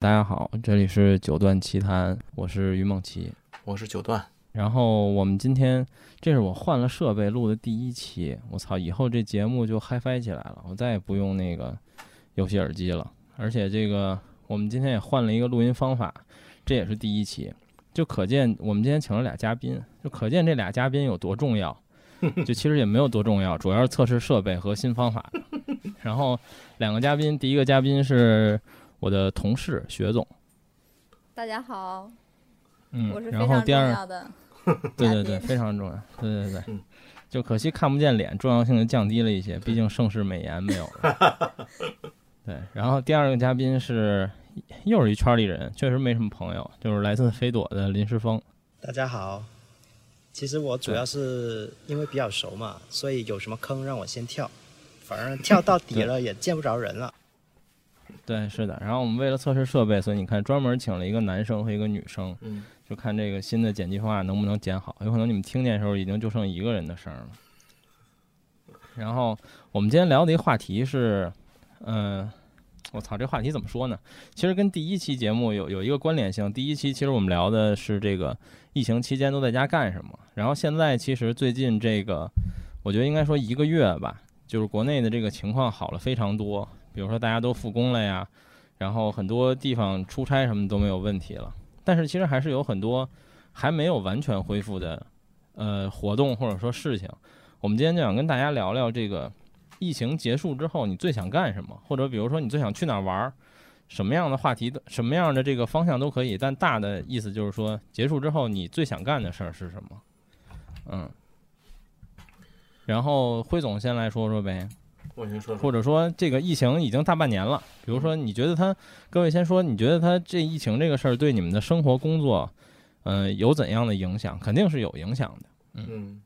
大家好，这里是九段奇谈，我是于梦琪。我是九段，然后我们今天，这是我换了设备录的第一期，我操，以后这节目就嗨翻起来了，我再也不用那个游戏耳机了。而且这个我们今天也换了一个录音方法，这也是第一期，就可见我们今天请了俩嘉宾，就可见这俩嘉宾有多重要。就其实也没有多重要，主要是测试设备和新方法。然后两个嘉宾，第一个嘉宾是我的同事学总，大家好，嗯我是，非然后常第重二嗯要的。对嘉对对，宾非常重要。对对对嗯，就可惜看不见脸，重要性就降低了一些。毕竟盛世美颜没有了。对，然后第二个嘉宾是又是一圈里人，确实没什么朋友，就是来自飞朵的林世峰。大家好，其实我主要是因为比较熟嘛，所以有什么坑让我先跳，反正跳到底了也见不着人了。对，是的。然后我们为了测试设备，所以你看专门请了一个男生和一个女生，嗯，就看这个新的剪辑方案能不能剪好。有可能你们听见的时候已经就剩一个人的声儿了。然后我们今天聊的一个话题是，嗯、我操，这话题怎么说呢？其实跟第一期节目有有一个关联性。第一期其实我们聊的是这个疫情期间都在家干什么。然后现在其实最近这个，我觉得应该说一个月吧，就是国内的这个情况好了非常多。比如说大家都复工了呀，然后很多地方出差什么都没有问题了。但是其实还是有很多还没有完全恢复的呃活动或者说事情。我们今天就想跟大家聊聊这个疫情结束之后你最想干什么，或者比如说你最想去哪儿玩儿，什么样的话题的什么样的这个方向都可以。但大的意思就是说，结束之后你最想干的事儿是什么？嗯。然后辉总先来说说呗，我先说说或，者说这个疫情已经大半年了，比如说嗯你觉得它，各位先说，你觉得它这疫情这个事儿对你们的生活工作，呃，有怎样的影响？肯定是有影响的。嗯，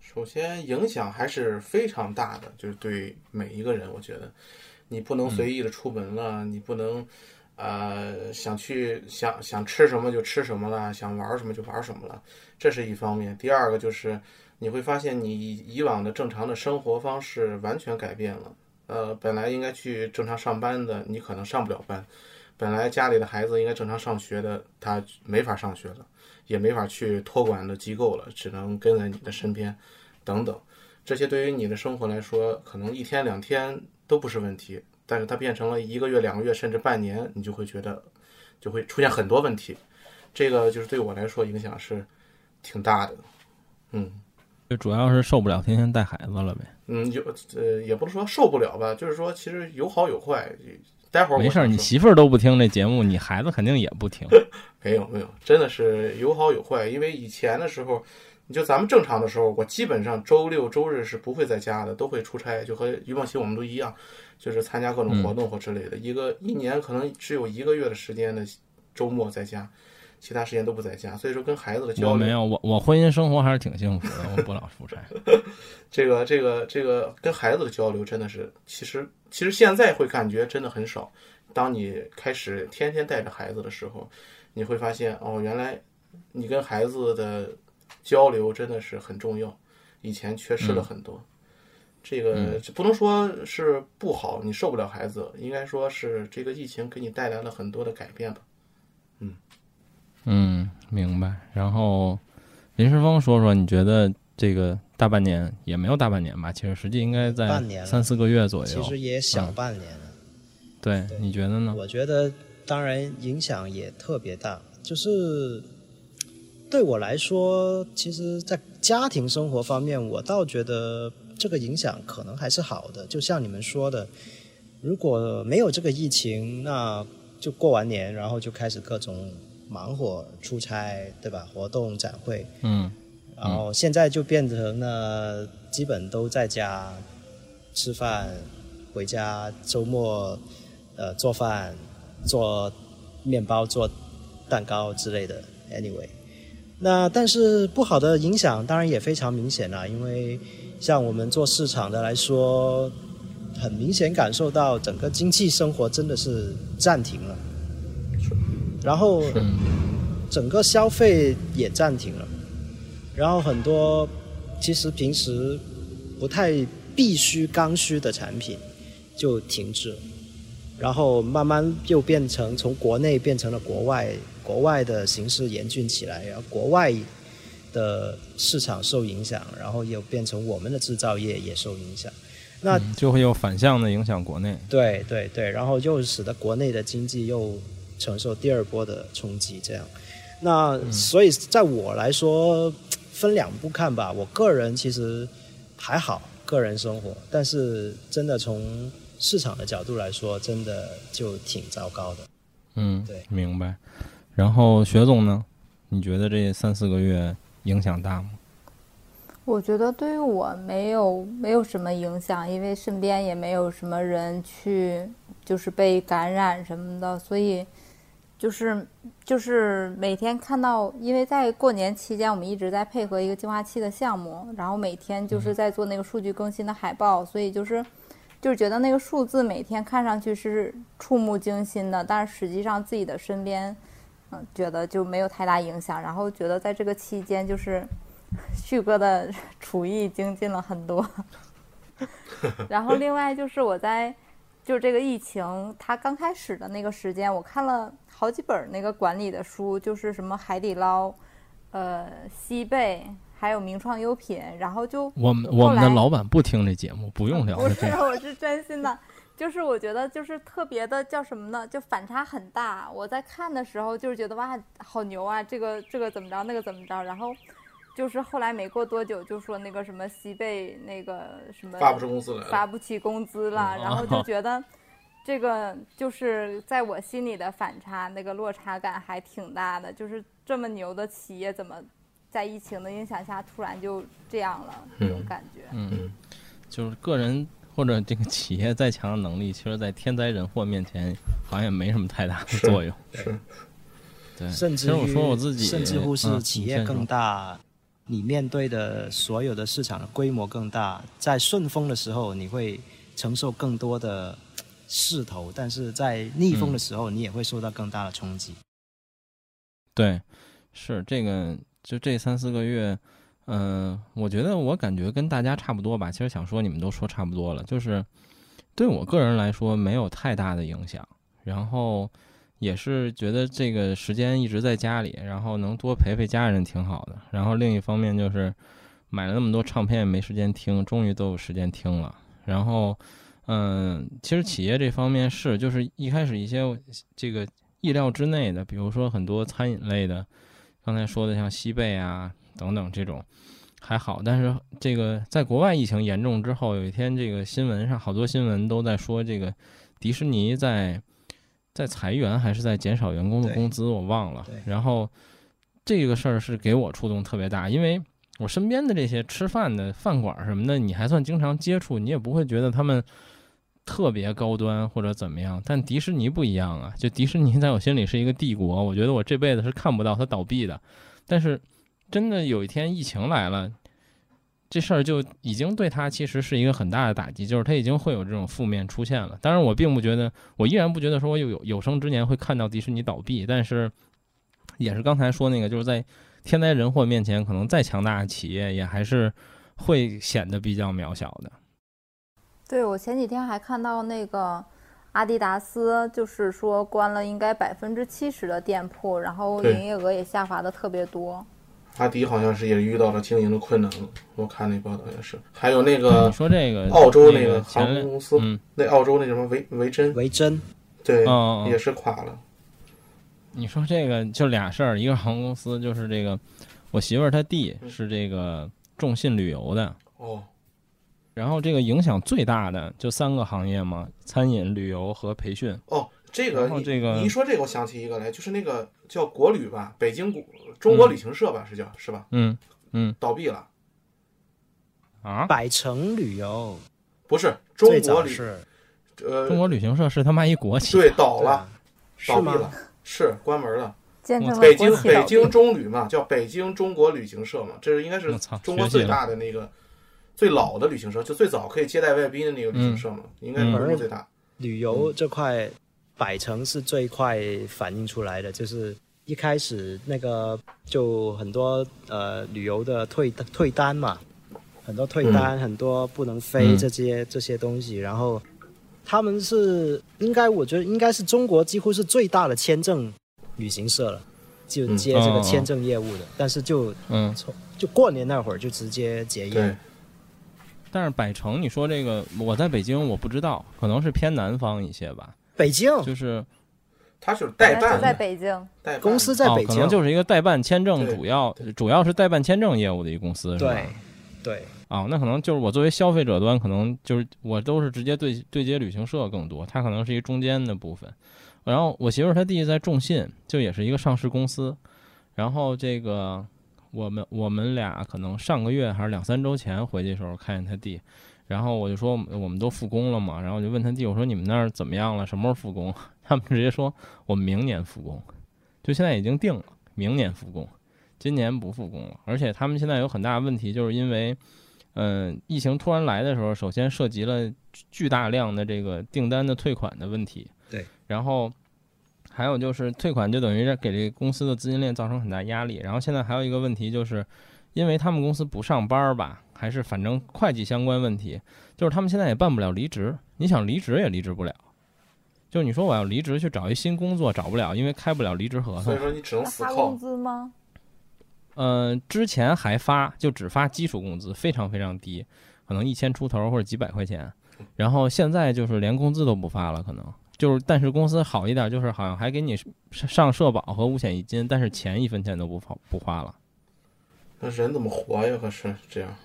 首先影响还是非常大的，就是对每一个人，我觉得你不能随意的出门了，你不能，呃，想去想想吃什么就吃什么了，想玩什么就玩什么了，这是一方面。第二个就是你会发现你以以往的正常的生活方式完全改变了，呃，本来应该去正常上班的，你可能上不了班。本来家里的孩子应该正常上学的，他没法上学了。也没法去托管的机构了，只能跟在你的身边，等等。这些对于你的生活来说，可能一天两天都不是问题，但是它变成了一个月、两个月，甚至半年，你就会觉得就会出现很多问题。这个就是对我来说影响是挺大的。嗯就主要是受不了天天带孩子了呗。嗯，有呃，也不是说受不了吧，就是说其实有好有坏。待会儿我没事儿，想你说媳妇儿都不听这节目，你孩子肯定也不 听。没有没有，真的是有好有坏。因为以前的时候，你就咱们正常的时候，我基本上周六周日是不会在家的，都会出差，就和于梦琪我们都一样，就是参加各种活动或之类的。一个一年可能只有一个月的时间的周末在家，其他时间都不在家。所以说跟孩子的我交没流，有，我我婚姻生活还是挺幸福 的，我不老出差。这个这个这个跟孩子的交流真的是，其实其实现在会感觉真的很少。当你开始天天带着孩子的时候，你会发现哦，原来你跟孩子的交流真的是很重要，以前缺失了很多。这个这不能说是不好，你受不了孩子，应该说是这个疫情给你带来了很多的改变吧。嗯，明白。然后林世峰说说，你觉得这个大半年也没有大半年吧？其实实际应该在半年了三四个月哎左其右实。也小嗯半年了，对，你觉得呢？我觉得当然影响也特别大，就是对我来说，其实，在家庭生活方面，我倒觉得这个影响可能还是好的。就像你们说的，如果没有这个疫情，那就过完年，然后就开始各种忙活、出差，对吧？活动、展会，嗯，然后现在就变成了基本都在家吃饭，回家周末呃做饭、做面包、做蛋糕之类的。Anyway，那但是不好的影响当然也非常明显啦，因为像我们做市场的来说，很明显感受到整个经济生活真的是暂停了，然后整个消费也暂停了。然后很多其实平时不太必须刚需的产品就停滞了。然后慢慢又变成从国内变成了国外，国外的形势严峻起来，然后国外的市场受影响，然后又变成我们的制造业也受影响。那嗯就会有反向的影响国内。对对对，然后又使得国内的经济又承受第二波的冲击，这样。那、所以在我来说，分两步看吧。我个人其实还好，个人生活，但是真的从市场的角度来说，真的就挺糟糕的。嗯，对明白。然后雪总呢？你觉得这三四个月影响大吗？我觉得对于我没有没有什么影响，因为身边也没有什么人去就是被感染什么的，所以就是就是每天看到，因为在过年期间我们一直在配合一个净化器的项目，然后每天就是嗯在做那个数据更新的海报，所以就是就是觉得那个数字每天看上去是触目惊心的，但是实际上自己的身边，嗯，觉得就没有太大影响，然后觉得在这个期间就是。 旭哥的厨艺精进了很多。 然后另外就是我在就这个疫情，它刚开始的那个时间，我看了好几本那个管理的书，就是什么海底捞、呃西贝，还有名创优品，然后就我们后我们的来老板不听这节目，不用聊不了 是这，个。我是真心的，就是我觉得就是特别的叫什么呢？就反差很大。我在看的时候就是觉得哇，好牛啊，这个这个怎么着，那个怎么着，然后就是后来没过多久就说那个什么西贝那个什么发不出公司来发了。不起工资了，嗯然 后就觉得这个就是在我心里的反差，那个落差感还挺大的。就是这么牛的企业，怎么在疫情的影响下突然就这样了？这种嗯感觉。嗯，就是个人或者这个企业再强的能力，其实，在天灾人祸面前，好像也没什么太大的是作 用。是，对，甚至其实我于说我自己，甚至乎是嗯企你业先更说大，你面对的所有的市场的规模更大，在顺风的时候你会承受更多的势头，但是在逆风的时候你也会受到更大的冲击。对，是这个，就这三四个月，嗯、我觉得我感觉跟大家差不多吧。其实想说，你们都说差不多了，就是对我个人来说没有太大的影响，然后也是觉得这个时间一直在家里，然后能多陪陪家人挺好的。然后另一方面就是买了那么多唱片也没时间听，终于都有时间听了。然后，嗯，其实企业这方面是，就是一开始一些这个意料之内的，比如说很多餐饮类的，刚才说的像西贝啊等等这种还好，但是这个在国外疫情严重之后，有一天这个新闻上好多新闻都在说这个迪士尼在在裁员还是在减少员工的对工资，我忘了对。然后这个事儿是给我触动特别大，因为我身边的这些吃饭的饭馆儿什么的，你还算经常接触，你也不会觉得他们特别高端或者怎么样。但迪士尼不一样啊，就迪士尼在我心里是一个帝国，我觉得我这辈子是看不到它倒闭的。但是真的有一天疫情来了，这事儿就已经对它其实是一个很大的打击，就是它已经会有这种负面出现了。当然，我并不觉得，我依然不觉得说我有有有生之年会看到迪士尼倒闭，但是也是刚才说那个，就是在天灾人祸面前，可能再强大的企业也还是会显得比较渺小的。对，我前几天还看到那个阿迪达斯，就是说关了应该百分之七十的店铺，然后对营业额也下滑的特别多。阿迪好像是也遇到了经营的困难了，我看那报道也是。还有那个你说这个澳洲那那个前航两空公司嗯，那澳洲那什么维维珍，维珍，对，哦哦也是垮了。你说这个就俩事儿，一个是航空公司，就是这个我媳妇儿她弟嗯是这个众信旅游的，哦，然后这个影响最大的就三个行业嘛，餐饮、旅游和培训。哦，这个然后你这个你一说这个，我想起一个来，就是那个叫国旅吧，北京国中国旅行社吧，是叫是吧？嗯倒闭了，啊，百城旅游不是中最国早旅是呃中国旅行社是他妈一国企，对倒对了，啊倒是闭吗？哦了，是关门了。见证了嗯北国京企倒北闭京中旅嘛，叫北京中国旅行社嘛，这是应该是我操中国学习最大的那个最老的旅行社，就最早可以接待外宾的那个旅行社嘛，嗯应该是中嗯国最大。旅游这块，百城是最快反映出来的，就是一开始那个就很多呃旅游的退退单嘛，很多退单，很多不能飞嗯这些、这些东西，然后他们是应该，我觉得应该是中国几乎是最大的签证旅行社了，就嗯接这哦个签证业务的。但是就嗯，从就过年那会儿就直接结业对了，，但是百城，你说这个，我在北京我不知道，可能是偏南方一些吧，北京就是他是代那办就在的，北京，代办的公司在哦北，可京，能就是一个代办签证对主要主要是代办签证业务的一个公司，是吧？对对哦，那可能就是我作为消费者端，可能就是我都是直接对对接旅行社更多，它可能是一中间的部分。然后我媳妇儿她弟在众信，就也是一个上市公司。然后这个我们我们俩可能上个月还是两三周前回去的时候看见他弟，然后我就说我们都复工了嘛，然后我就问他弟我说你们那儿怎么样了，什么时候复工？ 他们直接说我们明年复工，就现在已经定了，明年复工，今年不复工了。而且他们现在有很大的问题，就是因为嗯，疫情突然来的时候，首先涉及了巨巨大量的这个订单的退款的问题。对，然后还有就是退款就等于是给这个公司的资金链造成很大压力。然后现在还有一个问题就是，因为他们公司不上班儿吧，还是反正会计相关问题，就是他们现在也办不了离职，你想离职也离职不了。就是你说我要离职去找一新工作，找不了，因为开不了离职合同所以。说你只能那死发工扣。资吗？嗯，之前还发，就只发基础工资，非常非常低，可能一千出头或者几百块钱。然后现在就是连工资都不发了，可能就是，但是公司好一点，就是好像还给你上社保和五险一金，但是钱一分钱都不花不花了。那人怎么活呀？可是这样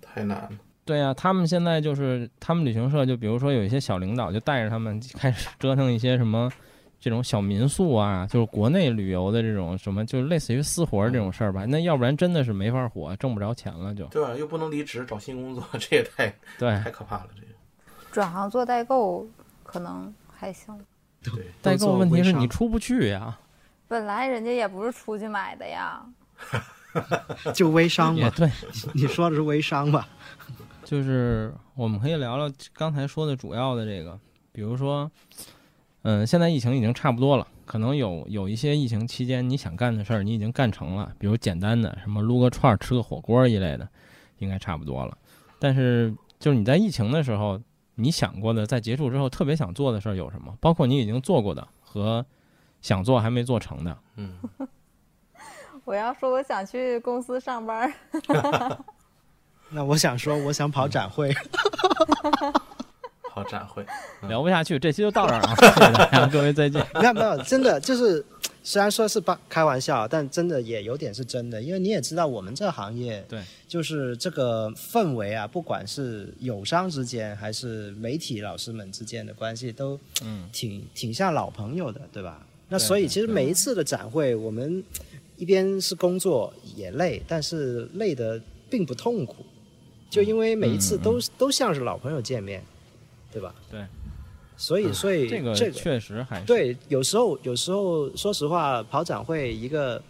太难了。对呀、他们现在就是他们旅行社，就比如说有一些小领导就带着他们开始折腾一些什么这种小民宿啊，就是国内旅游的这种什么，就是类似于私活儿这种事儿吧。那要不然真的是没法活，挣不着钱了就。对吧？又不能离职找新工作， 这也太对，太可怕了。这个转行做代购可能还行，代购问题是你都出不去呀，本来人家也不是出去买的呀。做微商就微商也嗯嘛，啊对， 你说的是微商吧？就是我们可以聊聊刚才说的主要的这个，比如说，嗯，现在疫情已经差不多了，可能有有一些疫情期间你想干的事儿你已经干成了，比如简单的什么撸个串儿、吃个火锅一类的，应该差不多了。但是就是你在疫情的时候，你想过的在结束之后特别想做的事儿有什么？包括你已经做过的和想做还没做成的。嗯，我要说我想去公司上班， 那我想说，我想跑展 会，好展会，聊不下去，这期就到这儿 啊，谢谢大家，各位再见。没有没有，真的就是，虽然说是八开玩笑，但真的也有点是真的，因为你也知道我们这行业，对，就是这个氛围啊，不管是友商之间还是媒体老师们之间的关系，都嗯挺挺像老朋友的，对吧？那对所以对其实对每一次的展会，我们一边是工作也累，但是累的并不痛苦，就因为每一次都、都像是老朋友见面，对吧？对。所以，所以嗯这个这个确实还是对，有时候有时候说实话，跑展会一个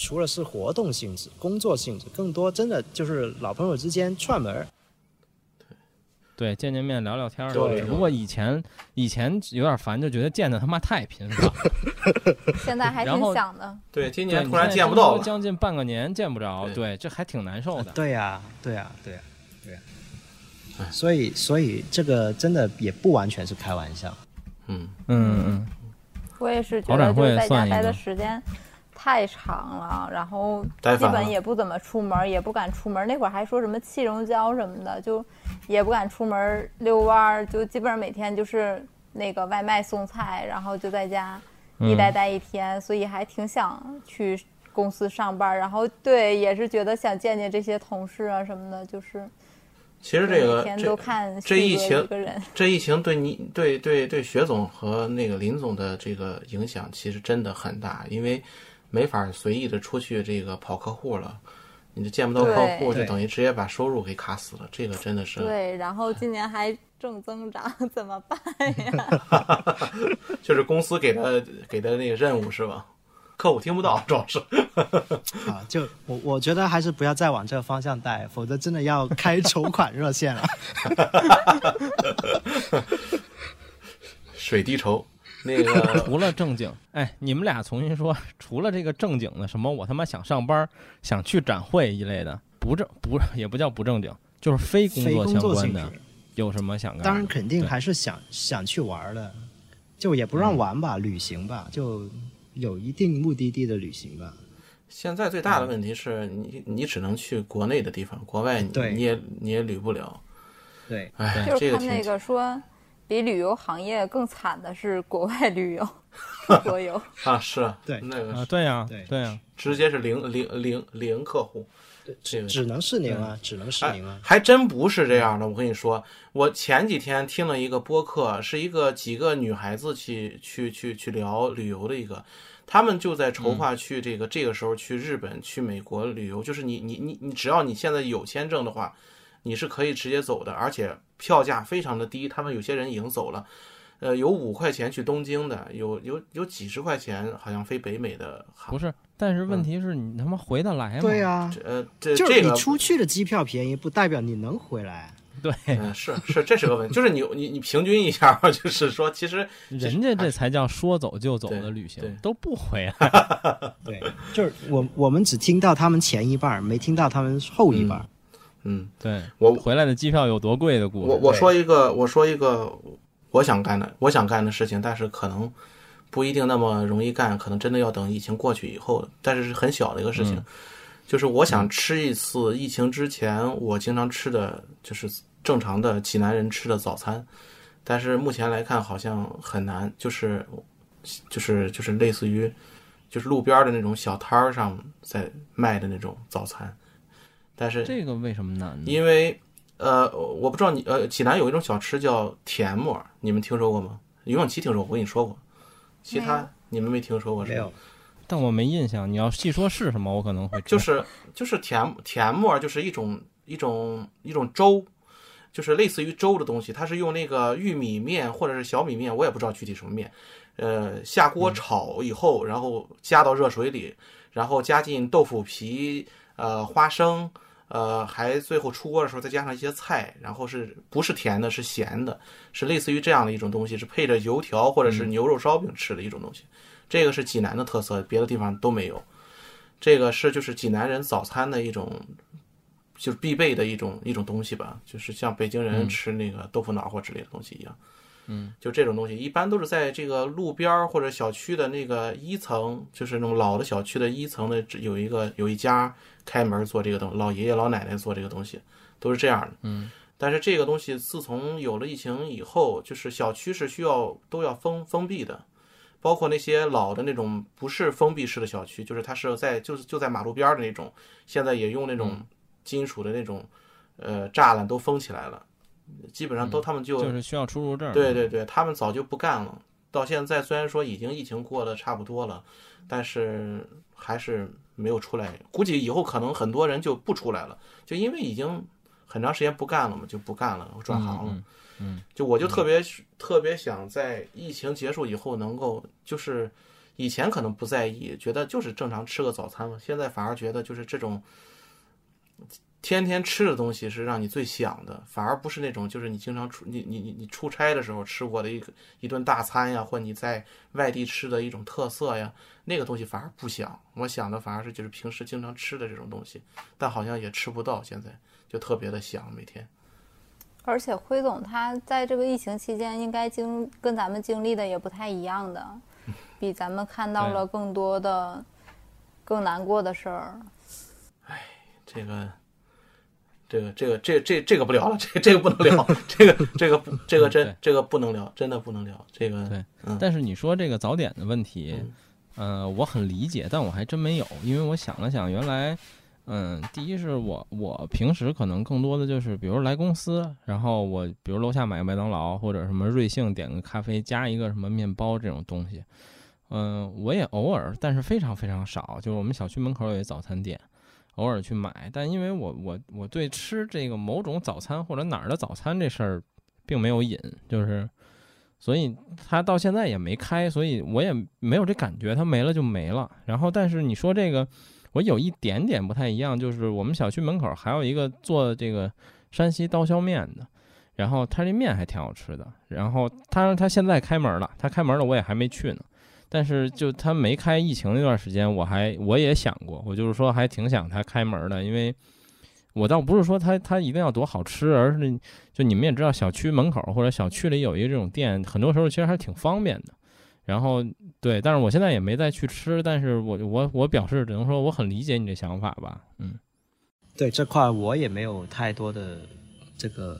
除了是活动性质、工作性质，更多真的就是老朋友之间串门儿。对见见面聊聊天儿。对只不过以前以前有点烦，就觉得见的他妈太频繁了，现在还然后挺想的。对，今对年你突然现在见不听到说了，将近半个年见不着，对啊对，这还挺难受的。对呀、对呀、对呀、对呀、哎所以，所以这个真的也不完全是开玩笑。嗯，嗯嗯，我也是觉跑得展就会是在家算一待个的时间太长了，然后呆基烦本了也不怎么出门，也不敢出门。那会儿还说什么气溶胶什么的，就也不敢出门遛弯儿，就基本上每天就是那个外卖送菜，然后就在家一嗯待待一天，所以还挺想去公司上班。然后对，也是觉得想见见这些同事啊什么的，就是其实这每个天这都看这旭疫哥情一个人。这疫情对你对对对雪总和那个林总的这个影响其实真的很大，因为没法随意的出去这个跑客户了，你就见不到客户，对就等于直接把收入给卡死了，这个真的是，对，然后今年还正增长， 怎么办呀？ 就是公司给的给的那个任务是吧？客户听不到，主要是。啊，就我我觉得还是不要再往这个方向带，否则真的要开筹款热线 了。水滴筹，那个 除了正经，哎，你们俩重新说，除了这个正经的什么，我他妈想上班儿，想去展会一类的，不正不也不叫不正经，就是非工非作工相作关性的质，有什么想干？当然，肯定对嗯还是想想去玩儿的，就也不让玩吧，旅行吧，就有一定目的地的旅行吧。现在最大的问题是你你只能去国内的地方，国外你对你也你也旅不了。对，哎，就这是个看挺那个说，比旅游行业更惨的是国外旅 游，出国游。啊，是啊对那个啊，是对呀、对对呀、直接是零零零零客户，这个只能是您啊，只能是您啊。还真不是这样的。我跟你说，我前几天听了一个播客，是一个几个女孩子去去去去聊旅游的一个，她们就在嗯筹划去这个、这个时候去日本、去美国旅游。就是你你你你，只要你现在有签证的话，你是可以直接走的，而且票价非常的低。他们有些人已经走了。呃，有五块钱去东京的，有有有几十块钱，好像飞北美的航不是，但是问题是你他妈回得来吗？对啊，呃，这就这是你个出去的机票便宜，不代表你能回来。啊对，嗯，是是，这是个问题，就是你你你平均一下， 就是说，其实人家这才叫说走就走的旅对行对，都不回 来。啊 对，就是我我们只听到他们前一半儿，没听到他们后一半儿。嗯，对我回来的机票有多贵的故我事，我说一个，我说一个我想干的我想干的事情，但是可能不一定那么容易干，可能真的要等疫情过去以后，但是是很小的一个事情，就是我想吃一次疫情之前我经常吃的就是正常的济南人吃的早餐，但是目前来看好像很难，就是就是就是类似于就是路边的那种小摊儿上在卖的那种早餐，但是这个为什么难呢？因为呃，我不知道你呃，济南有一种小吃叫甜沫儿，你们听说过吗？游泳琪听说过，我跟你说过，其没他有你们没听说过是没吧？有，但我没印象，你要细说是什么，我可能会知就道是就是甜甜沫儿，就是一种一种一种粥，就是类似于粥的东西，它是用那个玉米面或者是小米面，我也不知道具体什么面，呃，下锅炒以后，然后加到热水里，然后加进豆腐皮、呃花生，呃，还最后出锅的时候再加上一些菜，然后是不是甜的，是咸的，是类似于这样的一种东西，是配着油条或者是牛肉烧饼吃的一种东西。这个是济南的特色，别的地方都没有。这个是就是济南人早餐的一种，就是必备的一种一种东西吧，就是像北京人吃那个豆腐脑或之类的东西一样。嗯，就这种东西一般都是在这个路边儿或者小区的那个一层，就是那种老的小区的一层的有一个有一家开门做这个东，老爷爷老奶奶做这个东西，都是这样的。嗯。但是这个东西自从有了疫情以后，就是小区是需要都要封封闭的，包括那些老的那种不是封闭式的小区，就是它是在就是就在马路边儿的那种，现在也用那种金属的那种呃栅栏都封起来了，基本上都他们嗯就就是需要出入证。对对对，他们早就不干了。到现在虽然说已经疫情过得差不多了，但是还是没有出来。估计以后可能很多人就不出来了，就因为已经很长时间不干了嘛，就不干了，转行了。嗯就我就特别、特别想在疫情结束以后能够，就是以前可能不在意，觉得就是正常吃个早餐嘛，现在反而觉得就是这种天天吃的东西是让你最想的，反而不是那种就是你经常出你你你你出差的时候吃过的一个一顿大餐呀，或你在外地吃的一种特色呀，那个东西反而不想，我想的反而是就是平时经常吃的这种东西，但好像也吃不到，现在就特别的想每天。而且辉总他在这个疫情期间，应该经跟咱们经历的也不太一样 的，比咱们看到啊对了更多的、更难过的事儿。这个，这个，这个，这这这个不聊了，这这个不能聊，这个这个不这个真对这个不能聊，真的不能聊。这个对但是你说这个早点的问题，呃，我很理解，但我还真没有，因为我想了想，原来，嗯，第一是我我平时可能更多的就是，比如来公司，然后我比如楼下买个麦当劳或者什么瑞幸点个咖啡加一个什么面包这种东西，嗯、我也偶尔，但是非常非常少，就是我们小区门口有一早餐店。偶尔去买，但因为我我我对吃这个某种早餐或者哪儿的早餐这事儿并没有瘾，就是所以它到现在也没开，所以我也没有这感觉，它没了就没了。然后，但是你说这个，我有一点点不太一样，就是我们小区门口还有一个做这个山西刀削面的，然后他这面还挺好吃的。然后他他现在开门了，他开门了，我也还没去呢。但是就他没开疫情那段时间，我还我也想过，我就是说还挺想他开门的，因为我倒不是说它它一定要多好吃，而是就你们也知道，小区门口或者小区里有一个这种店，很多时候其实还是挺方便的。然后对，但是我现在也没再去吃，但是我我我表示只能说我很理解你这想法吧，嗯，对这块我也没有太多的这个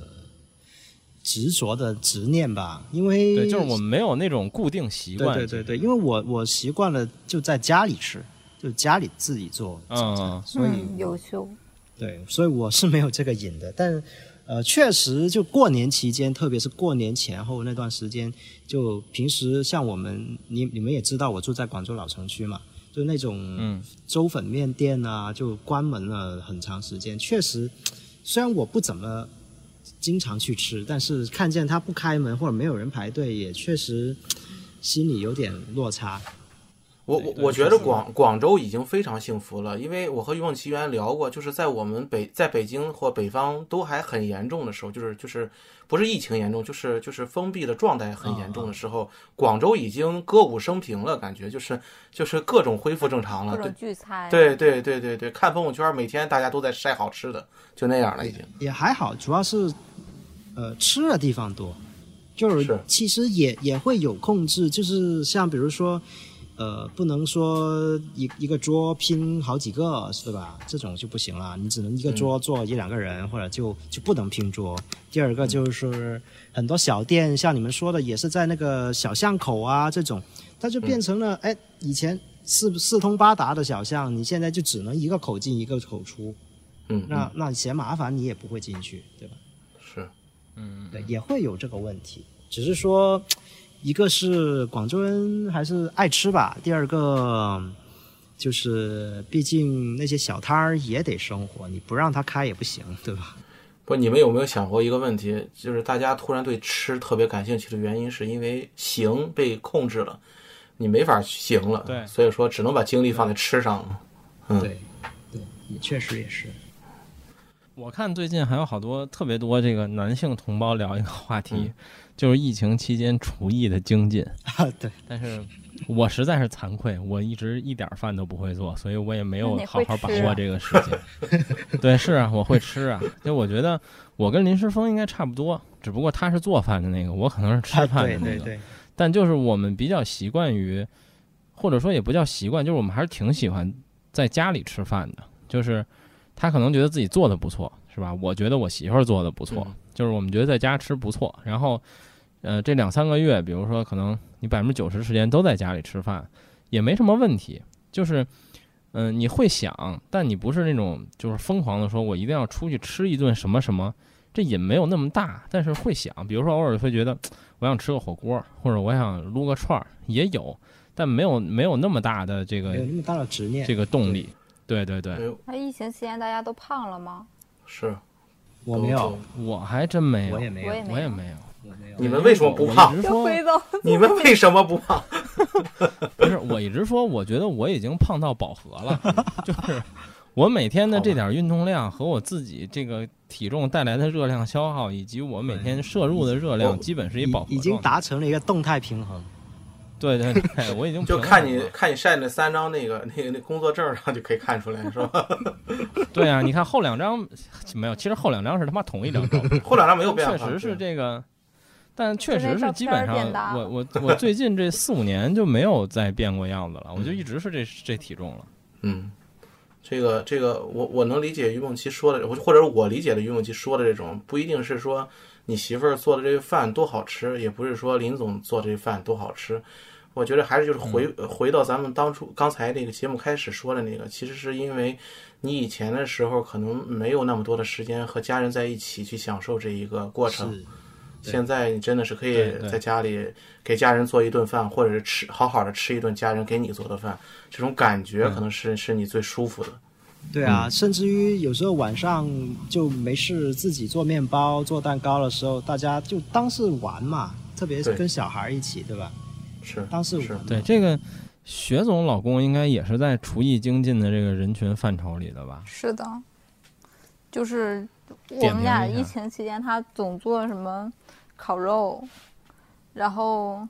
执着的执念吧，因为对，就是我们没有那种固定习对惯，对对对，因为我我习惯了就在家里吃，就家里自己做早餐，嗯所以、嗯优秀，啊对，所以我是没有这个瘾的。 但呃，确实就过年期间，特别是过年前后那段时间，就平时像我们，你你们也知道，我住在广州老城区嘛，就那种嗯粥粉面店啊，就关门了很长时间。确实，虽然我不怎么经常去吃，但是看见它不开门或者没有人排队，也确实心里有点落差。我我我觉得广广州已经非常幸福了，因为我和《云梦奇缘》聊过，就是在我们北在北京或北方都还很严重的时候，就是就是不是疫情严重，就是就是封闭的状态很严重的时啊候，广州已经歌舞升平了，感觉就是就是各种恢复正常了各，种聚餐，对对对对对对，看朋友圈每天大家都在晒好吃的，就那样了已经。也还好，主要是呃吃的地方多，就是是其实也也会有控制，就是像比如说。呃，不能说一一个桌拼好几个，是吧？这种就不行了，你只能一个桌坐一两个人，或者就就不能拼桌。第二个就是很多小店，像你们说的，也是在那个小巷口啊这种，它就变成了，哎，以前四四通八达的小巷，你现在就只能一个口进一个口出，嗯，那那嫌麻烦你也不会进去，对吧？是嗯对，也会有这个问题。只是说，一个是广州人还是爱吃吧，第二个就是毕竟那些小摊儿也得生活，你不让他开也不行，对吧？不，你们有没有想过一个问题？就是大家突然对吃特别感兴趣的原因，是因为行被控制了，你没法行了，对所以说只能把精力放在吃上了。嗯对，对，也确实也是。 我看最近还有好多特别多这个男性同胞聊一个话题，就是疫情期间厨艺的精进。啊，对，但是我实在是惭愧，我一直一点儿饭都不会做，所以我也没有那你好会好把吃握啊这个时间。 对，是啊，我会吃啊。就我觉得我跟林诗峰应该差不多，只不过他是做饭的那个，我可能是吃啊，饭对的那对个。对，但就是我们比较习惯于，或者说也不叫习惯，就是我们还是挺喜欢在家里吃饭的。就是他可能觉得自己做的不错，是吧？我觉得我媳妇儿做的不错，嗯就是我们觉得在家吃不错。然后，呃，这两三个月，比如说可能你百分之九十时间都在家里吃饭，也没什么问题。就是，嗯、你会想，但你不是那种就是疯狂的说我一定要出去吃一顿什么什么，这瘾没有那么大，但是会想，比如说偶尔会觉得我想吃个火锅，或者我想撸个串儿，也有，但没有没有那么大的这没有个那么大的执念。这个动力。对对对，对，那疫情期间大家都胖了吗？哎是我没有，我还真没有，我也没有我，也我也没没有。我没有。你们为什么不我胖一？直就说回到你们为什么不 胖？不是，我一直说，我觉得我已经胖到饱和 了，就是我每天的这点运动量和我自己这个体重带来的热量消耗，以及我每哎天摄入的热量，我基本是一饱和哦已已经状态。达成了一个动态平衡。对对对，我已经就平看衡你了看你晒那三张那个那个那工作证上就可以看出来，是 吧？对啊，你看后两张没有，其实后两张是他妈同一张照片。后两张没有变化，确实是这个，但确实是基本就那照片变大上，我了我我最近这四五年就没有再变过样子了，我就一直是这这体重了。嗯，这个这个，我我能理解于梦琪说的，或或者我理解的于梦琪说的这种，不一定是说你媳妇儿做的这个饭多好吃，也不是说林总做这饭多好吃。我觉得还是就是回、回到咱们当初刚才那个节目开始说的那个，其实是因为你以前的时候可能没有那么多的时间和家人在一起去享受这一个过程，是，对现在你真的是可以对对在家里给家人做一顿饭，或者是吃好好的吃一顿家人给你做的饭，这种感觉嗯可能是、是你最舒服的。对啊，甚至于有时候晚上就没事自己做面包、做蛋糕的时候，大家就当是玩嘛，特别是对跟小孩一起，对吧？是当是玩 是嘛。对，这个雪总老公应该也是在厨艺精进的这个人群范畴里的吧？是的，就是我点评们俩一下疫情期间，他总做什么烤肉，然后，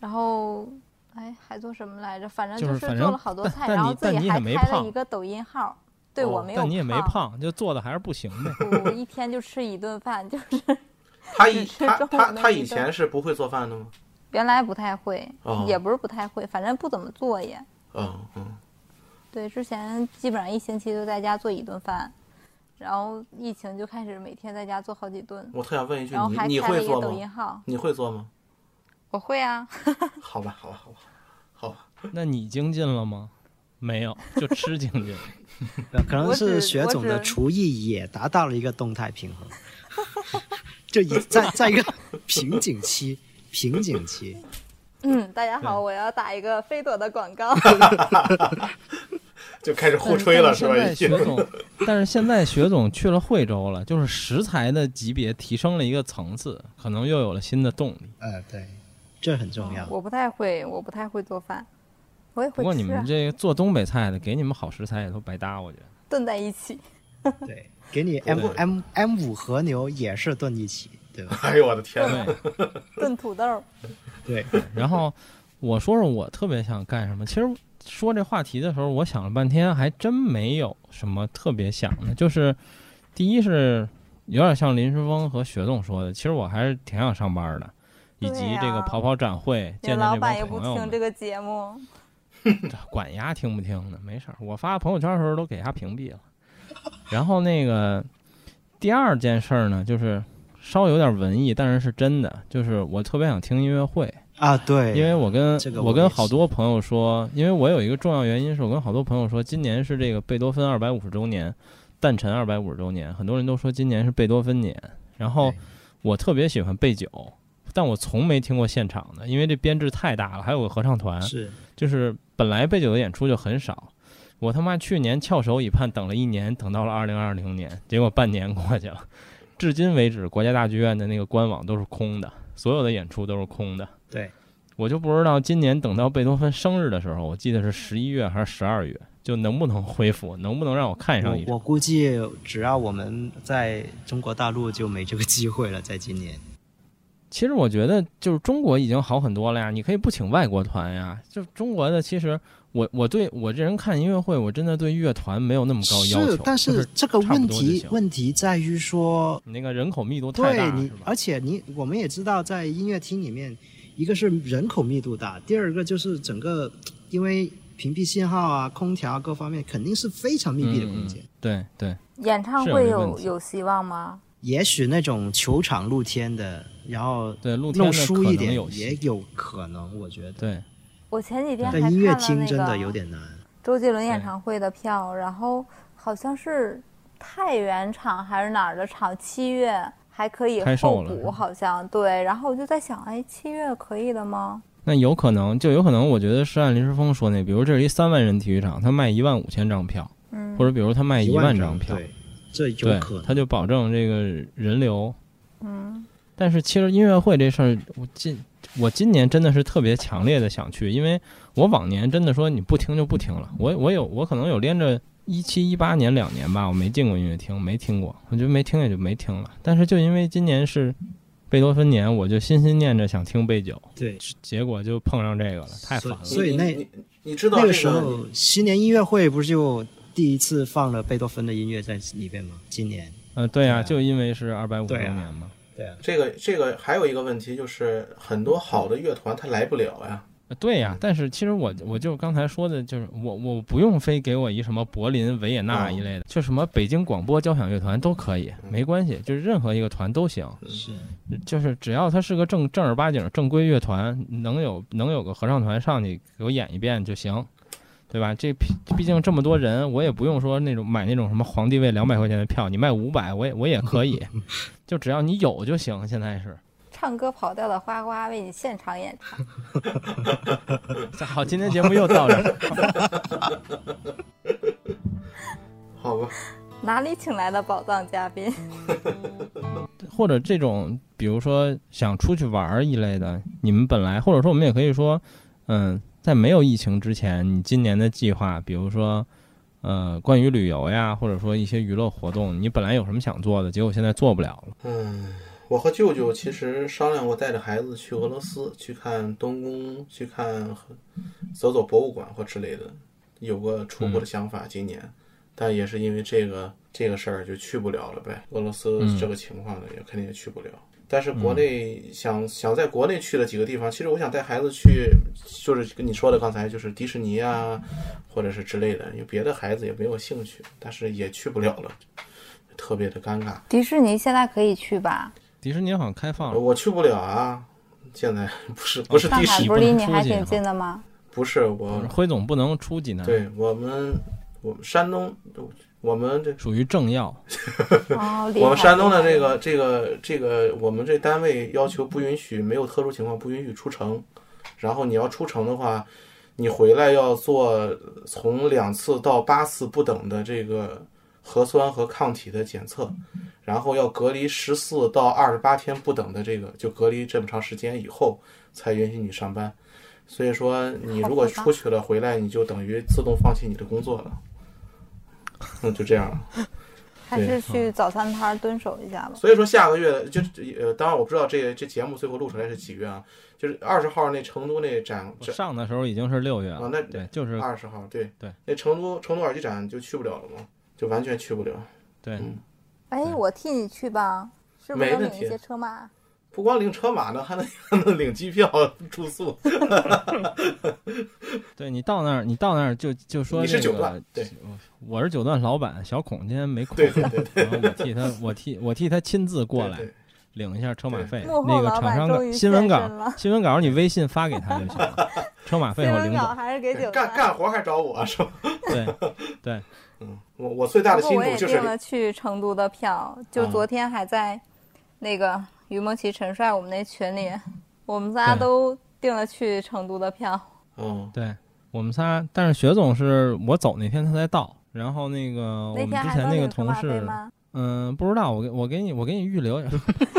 然后，哎，还做什么来着？反正就是是反做正了好多但菜，但然后你自己但你也还没开了胖一个抖音号。对哦我没有但你也没胖，就做的还是不行呗。不，我一天就吃一顿饭，就是 他以只吃他中午他的他一顿以前是不会做饭的吗？原来不太会，哦也不是不太会，反正不怎么做也。嗯嗯，对，之前基本上一星期都在家做一顿饭，然后疫情就开始每天在家做好几顿，我特想问一句然后，还你你开了会一个做抖音吗？号。你会做吗？我会啊，好吧，好吧，好吧，好吧。那你精进了吗？没有，就吃精进。呃可能我只是学总的我只厨艺也达到了一个动态平衡，就已在在一个瓶颈期，瓶颈期。嗯，大家好，我要打一个飞朵的广告。就开始互吹了，是吧？但是已现经在学总，但是现在学总去了惠州了，就是食材的级别提升了一个层次，可能又有了新的动力。呃，对，这很重要。 我不太会，我不太会做饭，我也会吃、不啊。过你们这个做东北菜的，给你们好食材也都白搭，我觉得。炖在一起， 对，给你 M M M 五和牛也是炖一起，对 吧？ 哎呦我的天呐，对，炖 土豆，对，然后我说说我特别想干什么。其实说这话题的时候，我想了半天，还真没有什么特别想的。就是第一是有点像林时峰和雪总说的，其实我还是挺想上班的，以及这个对啊跑跑展会，你见见老这板又帮不朋友听们，这个节目， 管丫听不听的，没事儿。我发朋友圈的时候都给丫屏蔽了。然后那个第二件事儿呢，就是稍有点文艺，但是是真的，就是我特别想听音乐会。啊，对，因为我跟、这个我我跟也是好多朋友说，因为我有一个重要原因是我跟好多朋友说，今年是这个贝多芬二百五十周年，诞辰二百五十周年，很多人都说今年是贝多芬年。然后对我特别喜欢贝九，但我从没听过现场的，因为这编制太大了，还有个合唱团，是就是本来贝九的演出就很少。我他妈去年翘首以盼，等了一年，等到了二零二零年，结果半年过去了，至今为止，国家大剧院的那个官网都是空的，所有的演出都是空的。对，我就不知道今年等到贝多芬生日的时候，我记得是十一月还是十二月，就能不能恢复， 能不能让我看上一我场？我估计只要我们在中国大陆就没这个机会了，在今年。其实我觉得就是中国已经好很多了呀，你可以不请外国团呀。就中国的，其实我我对我这人看音乐会，我真的对乐团没有那么高要求。是，但就是这个差不问多就题行问题在于说，你那个人口密度太对大，你是，吧？而且你我们也知道，在音乐厅里面，一个是人口密度大，第二个就是整个因为屏蔽信号啊、空调啊各方面肯定是非常密闭的嗯空间。对对，演唱是有会这有问题有希望吗？也也许那种球场露天的，然后对露天弄的可疏一能点有也戏，有可能，我觉得。对，我前几天还但音乐看厅了真的那有个点难。周杰伦演唱会的票，然后好像是太原场还是哪儿的场，七月还可以开售候了是补，吧好像对。然后我就在想，哎，七月可以的吗？那有可能，就有可能，我觉得是按林世峰说那，比如这是一三万人体育场，他卖一万五千张票，嗯或，者比如他卖哎一万张张票，对，这对有可，他能。就保证这个人流。嗯但是其实音乐会这事儿，我今我今年真的是特别强烈的想去，因为我往年真的说你不听就不听了。我我有我可能有连着一七一八年两年吧，我没进过音乐厅，没听过，我觉得没听也就没听了。但是就因为今年是贝多芬年，我就心心念着想听贝九，对，结果就碰上这个了，太烦了。所以那你你你你知道那这个时候新年音乐会不是就第一次放了贝多芬的音乐在里面吗？今年。嗯、对呀、对啊就因为是二百五十周对啊年嘛。对啊，这个这个还有一个问题就是，很多好的乐团他来不了呀。呃对呀，但是其实我我就刚才说的，就是我我不用非给我一什么柏林、维也纳一类的，就什么北京广播交响乐团都可以，没关系，就是任何一个团都行，是就是只要它是个正正儿八经正规乐团，能有能有个合唱团上去给我演一遍就行，对吧？这毕毕竟这么多人，我也不用说那种买那种什么皇帝位两百块钱的票，你卖五百，我也我也可 以，就只要你有就行。现在是，唱歌跑调的花花为你现场演唱， 好，今天节目又到这儿。好吧，哪里请来的宝藏嘉宾？或者这种，比如说想出去玩儿一类的，你们本来或者说我们也可以说，嗯，在没有疫情之前，你今年的计划，比如说，呃，关于旅游呀，或者说一些娱乐活动，你本来有什么想做的，结果现在做不了了。嗯，我和舅舅其实商量过带着孩子去俄罗斯去看东宫，去看走走博物馆或之类的，有个初步的想法。今年，但也是因为这个这个事儿就去不了了呗。俄罗斯这个情况呢，也肯定也去不了。但是国内想想在国内去了几个地方，其实我想带孩子去，就是跟你说的刚才就是迪士尼啊，或者是之类的，因为别的孩子也没有兴趣，但是也去不了了，特别的尴尬。 迪士尼现在可以去吧？迪士尼好像开放了，我去不了啊，现在 不是不是哦啊上迪士海尼，不是离你不能出还去挺哈近的吗？ 不是我辉总不能出济南，对我们，我们山东，我们这属于政要。哦，离我海们山东的挺这远个这个这个，我们这单位要求不允许，没有特殊情况不允许出城。然后你要出城的话，你回来要做从两次到八次不等的这个核酸和抗体的检测，然后要隔离十四到二十八天不等的这个，就隔离这么长时间以后才允许你上班。所以说，你如果好复杂出去了回来，你就等于自动放弃你的工作了。嗯，就这样了。还对是嗯去早餐摊儿蹲守一下吧。所以说下个月就呃，当然我不知道这这节目最后录出来是几月啊，就是二十号那成都那展我上的时候已哦经是六月了啊，那对，就是二十号对对，那成都成都耳机展就去不了了嘛，就完全去不了。对，嗯哎，我替你去吧，是不没是能问领题一些车马？不光领车马呢，还能 还能领机票、住宿。对你到那儿，你到那儿就就说、你这个、是九段，对，我是九段老板小孔，今天没空，对对对然后我替他，我替我替他亲自过来对对领一下车马对费。幕后那个老厂板商终稿于新闻现稿身了新闻稿你微信发给他就行 了，车马费新我闻领稿走。还是给九干段。干活还找我是吧？对对，我我最大不的过辛我苦也就是订了去成都的票，就啊昨天还在那个于梦琪、陈帅我们那群里，我们仨对都订了去成都的票。嗯，对我们仨，但是雪总是我走那天他才到，然后那个哦我那们天之还前能那个领车同马费事，吗？嗯，不知道，我给我给你我给你预留，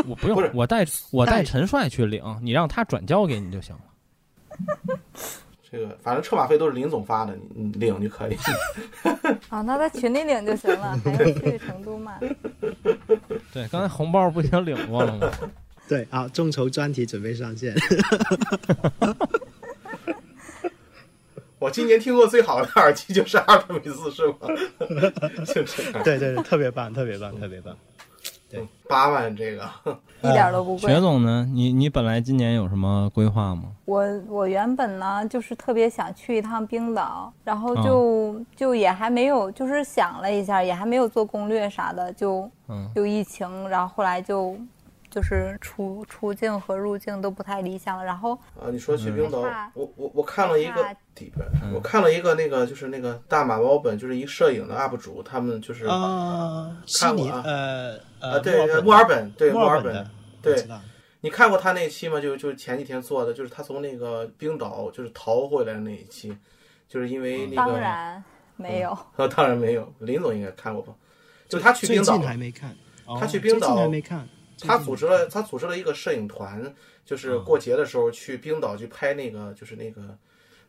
我不用，不是我带我带带陈帅去领，你让他转交给你就行了。这个反正车马费都是林总发的，你你领就可以。啊，那在群里领就行了，还要去成都嘛？对，刚才红包不已经领过了吗？对啊，众筹专题准备上 线。 我今年听过最好的耳机就是阿尔米斯，是吗？ 就这样，对对对，特别棒，特别棒，特别棒。八万这个。一点儿都不贵雪。总呢？你你本来今年有什么规划吗？我我原本呢就是特别想去一趟冰岛，然嗯后就、就也还没有，就是想了一下，也还没有做攻略啥的，就嗯，就疫情，然后后来就就是出出境和入境都不太理想了，然后啊，你说去嗯冰岛，怕我我我看了一个怕底本，我看了一个那个就是那个大马猫本，就是一摄影的 UP 主，他们就是啊，啊，悉看过尼啊呃呃呃，对，墨呃墨尔尔本，对，墨墨尔本本的，，我知对，道你看过他那一期吗？就就前几天做的，就是他从那个冰岛就是逃回来的那一期，就是因嗯为那个，当然没有。嗯呃，当然没有，林总应该看过吧？就他去最冰岛近，还没看，哦他去冰岛最近还没看，他组织了他组织了一个摄影团，嗯就是过节的时候去冰岛去拍那个就是那个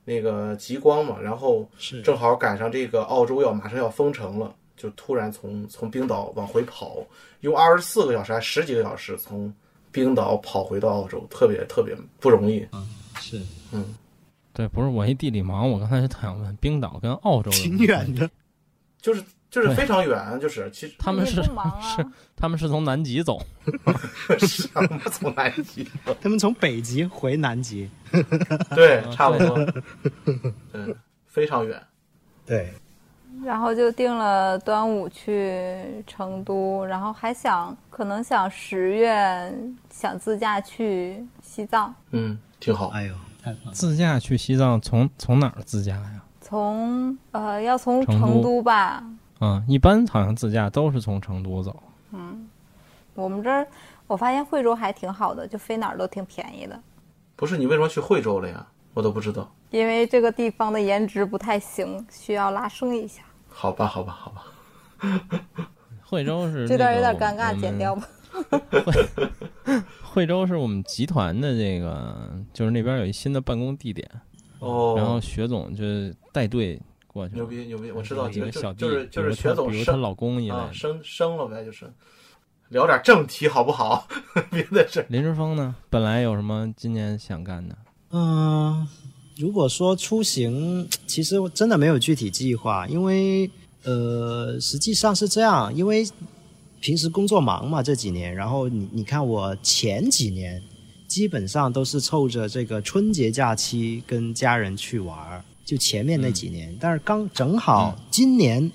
那个极光嘛，然后是正好赶上这个澳洲要马上要封城了，就突然从从冰岛往回跑，用二十四个小时还十几个小时从冰岛跑回到澳洲，特别特别不容易。是对，不是我一地理盲，我刚才就特想问，冰岛跟澳洲有什挺么远的，就是就是对非常远，就是其实 他 们你是不忙啊是他们是从南极走，想不从南 极，他们从北极回南极，对，差不多，嗯，非常远。对，然后就定了端午去成都，然后还想可能想十月想自驾去西藏，嗯，挺好。哎呦，太棒了，自驾去西藏，从从哪儿自驾呀？从呃要从成都成都吧，啊、一般好像自驾都是从成都走。我们这儿我发现惠州还挺好的，就飞哪儿都挺便宜的，不是你为什么去惠州了呀？我都不知道。因为这个地方的颜值不太行，需要拉升一下。好吧，好吧，好吧。惠州是这段有那个点尴我尬，们剪掉吧。惠州是我们集团的这个，就是那边有一新的办公地点，哦，然后雪总就带队过去了，牛逼牛逼，我知道，几就个就小弟，就是比就是如雪她总比如她升老公一类啊的。升升了呗，就是聊点正题好不好？ 别的事儿。林志峰呢，本来有什么今年想干的？嗯，如果说出行，其实我真的没有具体计划，因为呃，实际上是这样，因为平时工作忙嘛，这几年，然后你你看我前几年基本上都是凑着这个春节假期跟家人去玩儿，就前面那几年，但是刚正好今年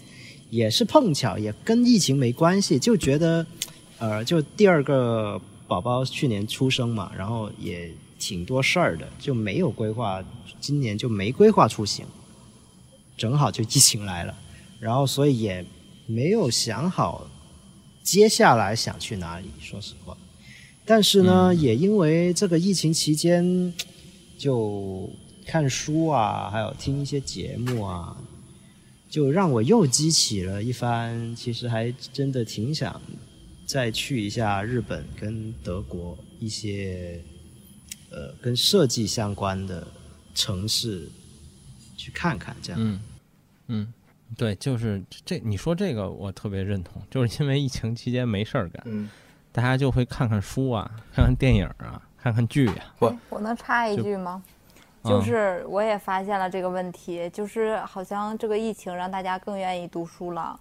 也是碰巧，也跟疫情没关系，就觉得呃，就第二个宝宝去年出生嘛，然后也挺多事儿的，就没有规划，今年就没规划出行，正好就疫情来了。然后所以也没有想好接下来想去哪里，说实话。但是呢，也因为这个疫情期间，就看书啊，还有听一些节目啊，就让我又激起了一番，其实还真的挺想再去一下日本跟德国一些呃跟设计相关的城市去看看，这样。嗯嗯，对，就是这，你说这个我特别认同，就是因为疫情期间没事儿干，嗯，大家就会看看书啊， 看看电影啊，看看剧呀、哎我能插一就句吗？啊。就是我也发现了这个问题，就是好像这个疫情让大家更愿意读书了。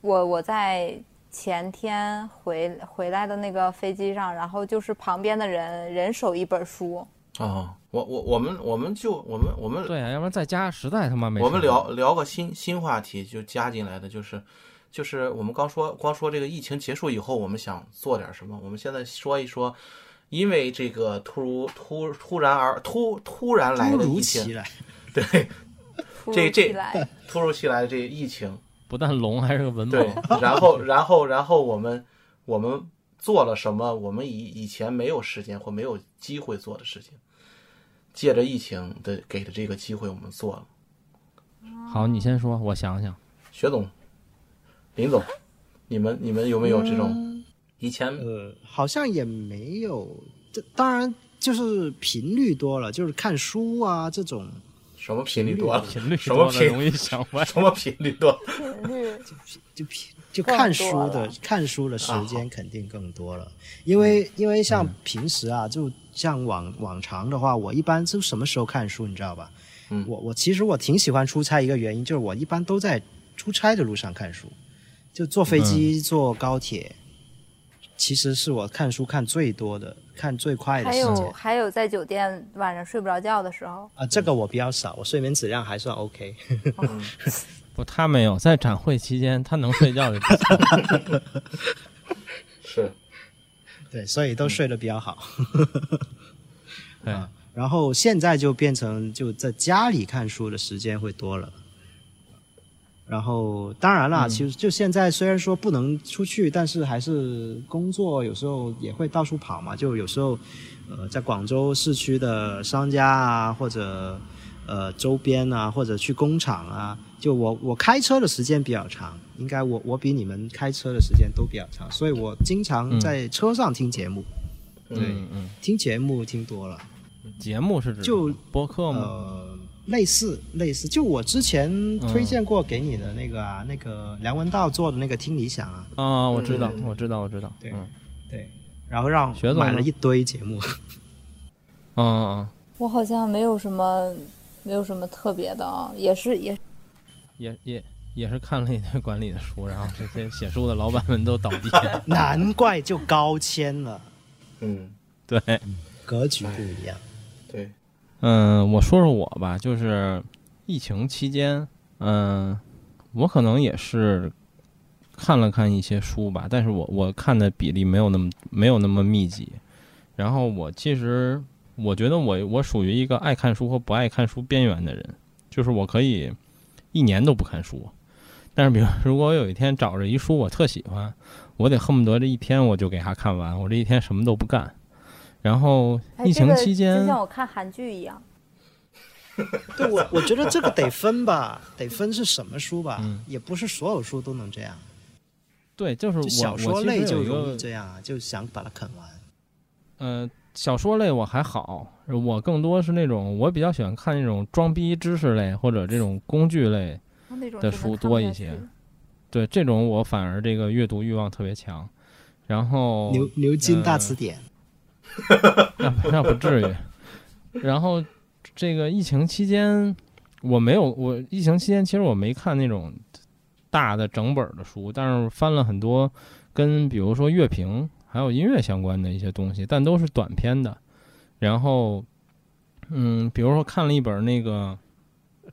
我我在前天回回来的那个飞机上，然后就是旁边的人人手一本书，哦，我我我们我们就我们我 们对啊，要不然在家实在他妈没事儿。我们聊聊个新新话题，就加进来的就是，就是我们刚说光说这个疫情结束以后，我们想做点什么。我们现在说一说，因为这个突如突突然而突突然来突的如疫其情，来，对，突如这这其来，突如其来的这疫情，不但聋，还是个文对 盲。，然后然后然后我们我们做了什么？我们以以前没有时间或没有机会做的事情，借着疫情的给的这个机会，我们做了。好，你先说，我想 想。薛总、林总，你们你们有没有这种、以前呃，好像也没有。这当然就是频率多了，就是看书啊这种什么频率多了？频率什么多了频容易想歪。什么频率多了？ 频率就平就更看多书的了看书的时间肯定更多了，因为因为像平时啊，就像往往常的话，我一般是什么时候看书，你知道吧？嗯我我其实我挺喜欢出差，一个原因就是我一般都在出差的路上看书，就坐飞机、坐高铁，其实是我看书看最多的、看最快的还时有间。还有在酒店晚上睡不着觉的时候，啊，这个我比较少，我睡眠质量还算 OK。 不，他没有在展会期间，他能睡觉就不错。是对，所以都睡得比较好。对，然后现在就变成就在家里看书的时间会多了。然后当然嗯啦，其实就现在虽然说不能出去，但是还是工作有时候也会到处跑嘛。就有时候，呃，在广州市区的商家啊，或者呃周边啊，或者去工厂啊，就我我开车的时间比较长，应该我我比你们开车的时间都比较长，所以我经常嗯在车上听节目，对，嗯嗯，听节目听多了。节目是指就什么播客吗？呃，类似类似，就我之前推荐过给你的那个啊，那个梁文道做的那个听理想啊，啊，我知道嗯，我知道，我知道。对嗯对，然后让学总买了呢一堆节 目，。嗯嗯，我好像没有什么没有什么特别的啊，也是也也也也是看了一堆管理的书，然后这些写书的老板们都倒闭了难怪就高签了，嗯 对，格局不一样。对，嗯，我说说我吧，就是疫情期间，嗯，我可能也是看了看一些书吧，但是我我看的比例没有那么没有那么密集。然后我其实我觉得我我属于一个爱看书和不爱看书边缘的人，就是我可以一年都不看书，但是比如如果我有一天找着一书我特喜欢，我得恨不得这一天我就给它看完，我这一天什么都不干。然后哎疫这情个期间，就像我看韩剧一样， 对我，我觉得这个得分 吧，得分是什么书吧，嗯也不是所有书都能这样，对，就是我就小说类就容易易这样啊，就想把它啃完。呃，小说类我还好，我更多是那种我比较喜欢看那种装逼知识类或者这种工具类，那种的真书看不多下一些去对这种我反而这个阅读欲望特别强。然后牛牛津大嗯词典，那不那不至于。然后这个疫情期间，我没有我疫情期间其实我没看那种大的整本儿的书，但是翻了很多跟比如说乐评还有音乐相关的一些东西，但都是短篇的。然后，嗯，比如说看了一本那个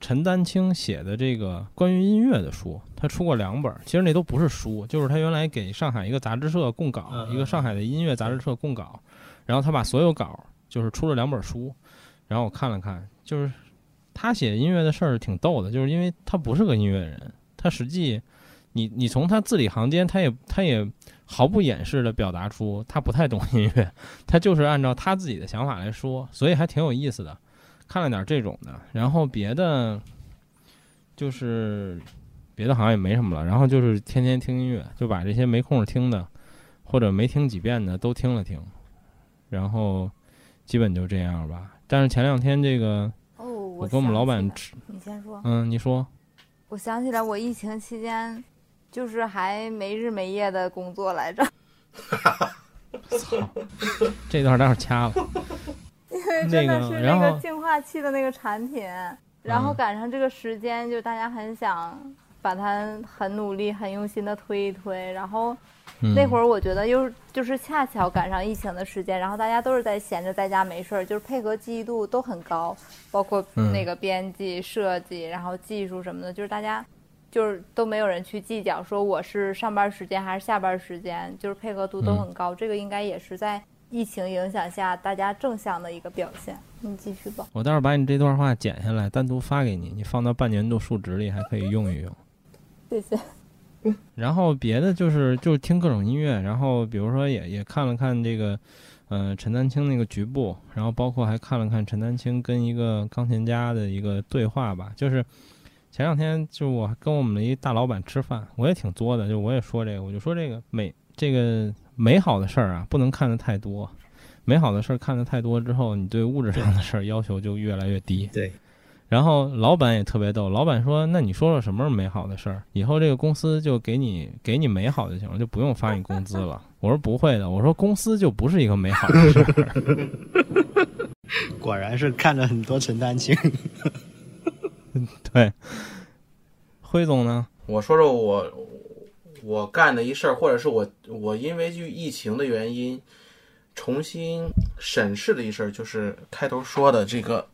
陈丹青写的这个关于音乐的书，他出过两本儿，其实那都不是书，就是他原来给上海一个杂志社供稿，嗯嗯一个上海的音乐杂志社供稿，然后他把所有稿儿就是出了两本儿书，然后我看了看，就是他写音乐的事儿挺逗的，就是因为他不是个音乐人，他实际你你从他字里行间，他也他也毫不掩饰的表达出他不太懂音乐，他就是按照他自己的想法来说，所以还挺有意思的。看了点这种的，然后别的就是别的好像也没什么了。然后就是天天听音乐，就把这些没空听的或者没听几遍的都听了听，然后基本就这样吧。但是前两天这个哦，我我跟我们想老起板来吃，你先说。嗯，你说我想起来，我疫情期间就是还没日没夜的工作来着， 这段待会儿掐 了。因为那真个的是然那后嗯个净化器的那个产品，然后赶上这个时间，就大家很想把它很努力、很用心的推一推，然后嗯、那会儿我觉得又就是恰巧赶上疫情的时间，然后大家都是在闲着在家没事儿，就是配合积极度都很高，包括嗯那个编辑、设计，然后技术什么的，就是大家就是都没有人去计较说我是上班时间还是下班时间，就是配合嗯度都很高。这个应该也是在疫情影响下大家正向的一个表现。你继续吧。我待会儿把你这段话剪下来，单独发给你，你放到半年度数值里，还可以用一用。谢谢。然后别的就是就是听各种音乐，然后比如说也也看了看这个，呃，陈丹青那个局部，然后包括还看了看陈丹青跟一个钢琴家的一个对话吧。就是前两天就我跟我们的一大老板吃饭，我也挺作的，就我也说这个，我就说这个美这个美好的事儿啊，不能看得太多。美好的事儿看得太多之后，你对物质上的事儿要求就越来越低。对，然后老板也特别逗，老板说：“那你说说什么是美好的事儿？以后这个公司就给你给你美好就行了，就不用发你工资了。”我说：“不会的，我说公司就不是一个美好的事儿。 果然是看了很多陈丹青。”对，辉总呢？我说说我我干的一事儿，或者是我我因为就疫情的原因重新审视的一事儿，就是开头说的这个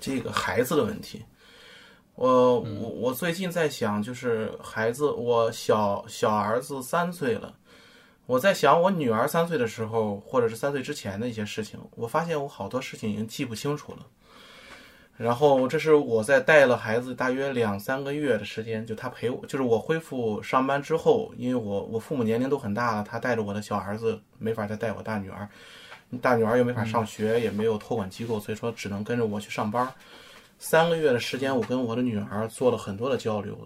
这个孩子的问题。我我我最近在想，就是孩子，我小小儿子三岁了，我在想我女儿三岁的时候，或者是三岁之前的一些事情，我发现我好多事情已经记不清楚了。然后这是我在带了孩子大约两三个月的时间，就他陪我，就是我恢复上班之后，因为我我父母年龄都很大了，他带着我的小儿子没法再带我大女儿，大女儿又没法上学，也没有托管机构，所以说只能跟着我去上班。三个月的时间，我跟我的女儿做了很多的交流，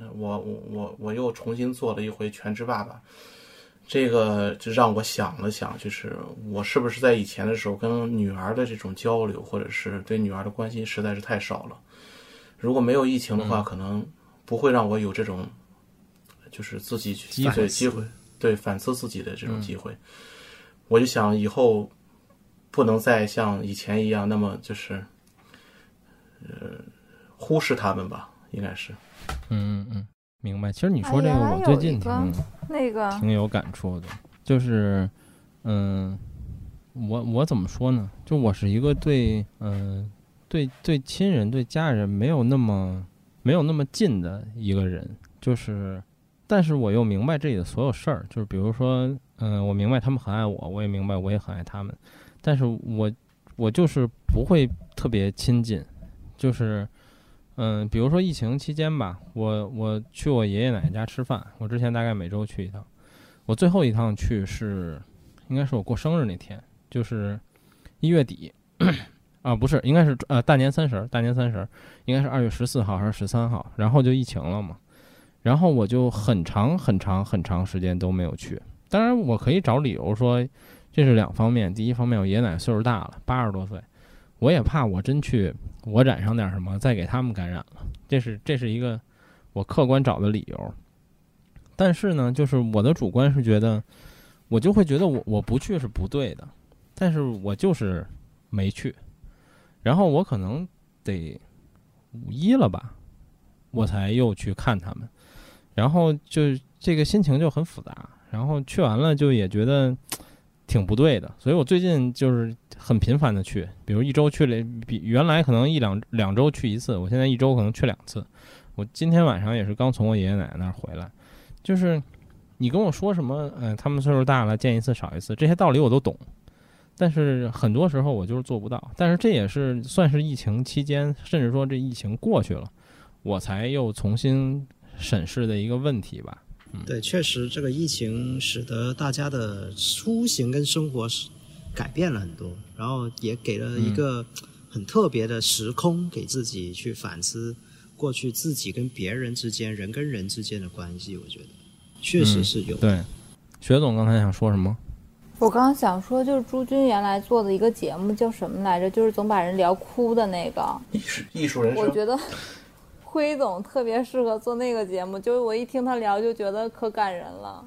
呃我我我我又重新做了一回全职爸爸，这个就让我想了想，就是我是不是在以前的时候跟女儿的这种交流，或者是对女儿的关心实在是太少了。如果没有疫情的话，可能不会让我有这种，就是自己去机会对机会对反思自己的嗯这种机会。我就想以后不能再像以前一样那么就是，呃，忽视他们吧，应该是。嗯嗯嗯，明白。其实你说这哎个，呀我最有近一挺个那个挺有感触的，就是，嗯、我我怎么说呢？就我是一个对，嗯、对对亲人、对家人没有那么没有那么近的一个人，就是，但是我又明白这里的所有事儿，就是比如说，嗯、我明白他们很爱我，我也明白我也很爱他们，但是我我就是不会特别亲近，就是。嗯，比如说疫情期间吧，我我去我爷爷奶奶家吃饭，我之前大概每周去一趟，我最后一趟去是，应该是我过生日那天，就是一月底，啊不是，应该是呃大年三十儿，大年三十儿应该是二月十四号还是十三号，然后就疫情了嘛，然后我就很长很长很长时间都没有去，当然我可以找理由说这是两方面，第一方面我爷爷奶奶岁数大了，八十多岁，我也怕我真去我染上点儿什么，再给他们感染了，这是这是一个我客观找的理由。但是呢，就是我的主观是觉得，我就会觉得我我不去是不对的，但是我就是没去，然后我可能得五一了吧，我才又去看他们。然后就这个心情就很复杂，然后去完了就也觉得挺不对的，所以我最近就是很频繁的去，比如一周去了，比原来可能一两两周去一次，我现在一周可能去两次。我今天晚上也是刚从我爷爷奶奶那儿回来，就是你跟我说什么，嗯、他们岁数大了，见一次少一次，这些道理我都懂，但是很多时候我就是做不到。但是这也是算是疫情期间，甚至说这疫情过去了，我才又重新审视的一个问题吧。对，确实这个疫情使得大家的出行跟生活是改变了很多，然后也给了一个很特别的时空给自己去反思过去自己跟别人之间、人跟人之间的关系。我觉得确实是有。对，学总刚才想说什么？我刚刚想说，就是朱军原来做的一个节目叫什么来着？就是总把人聊哭的那个。艺术艺术人我生，觉得辉总特别适合做那个节目，就是我一听他聊就觉得可感人了。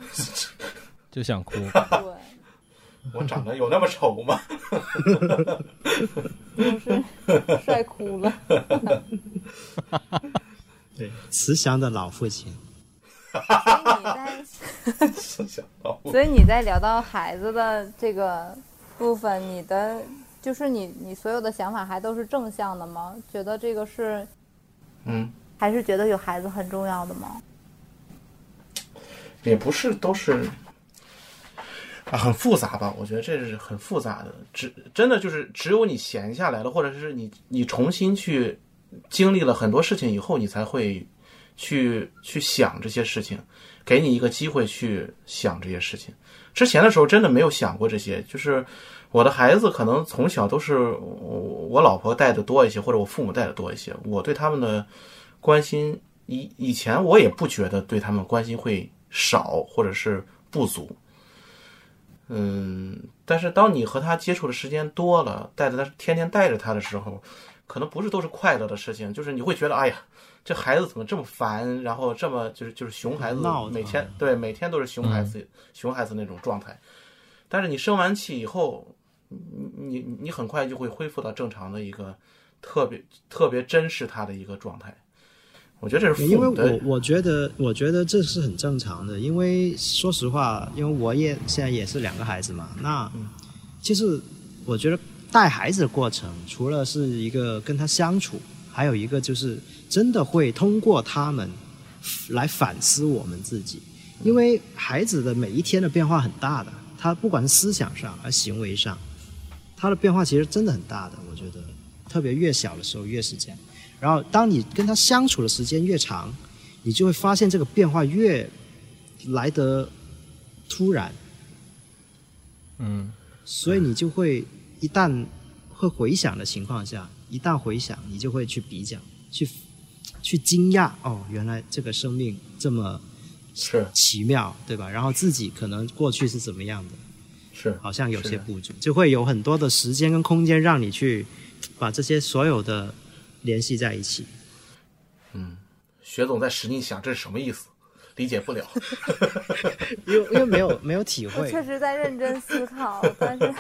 就想哭。对，我长得有那么丑吗？ 就是帅哭了。对，慈祥的老父亲。所以你在，思想到所以你在聊到孩子的这个部分，你的就是你你所有的想法还都是正向的吗？觉得这个是嗯，还是觉得有孩子很重要的吗？也不是都是啊，很复杂吧？我觉得这是很复杂的，只真的就是只有你闲下来了，或者是你你重新去经历了很多事情以后，你才会去去想这些事情，给你一个机会去想这些事情。之前的时候真的没有想过这些，就是我的孩子可能从小都是我我老婆带的多一些，或者我父母带的多一些，我对他们的关心以以前我也不觉得对他们关心会少或者是不足。嗯，但是当你和他接触的时间多了，带着他天天带着他的时候，可能不是都是快乐的事情，就是你会觉得，哎呀，这孩子怎么这么烦，然后这么就是就是熊孩子闹，腾啊嗯每天对每天都是熊孩子、熊孩子那种状态。但是你生完气以后，你你你你很快就会恢复到正常的一个特别特别珍视他的一个状态。我觉得这是因父为母的我我觉得，我觉得这是很正常的。因为说实话，因为我也现在也是两个孩子嘛，那嗯其实我觉得带孩子的过程，除了是一个跟他相处，还有一个就是真的会通过他们来反思我们自己。因为孩子的每一天的变化很大的，他不管是思想上还是行为上，他的变化其实真的很大的。我觉得，特别越小的时候越是这样。然后当你跟他相处的时间越长，你就会发现这个变化越来得突然，嗯，所以你就会一旦会回想的情况下，一旦回想，你就会去比较，去去惊讶哦，原来这个生命这么是奇妙，对吧？然后自己可能过去是怎么样的，是好像有是些的不足，就会有很多的时间跟空间让你去把这些所有的联系在一起。学总在使劲想这是什么意思，理解不了。因为因为没有没有体我会，确实在认真思 考，但是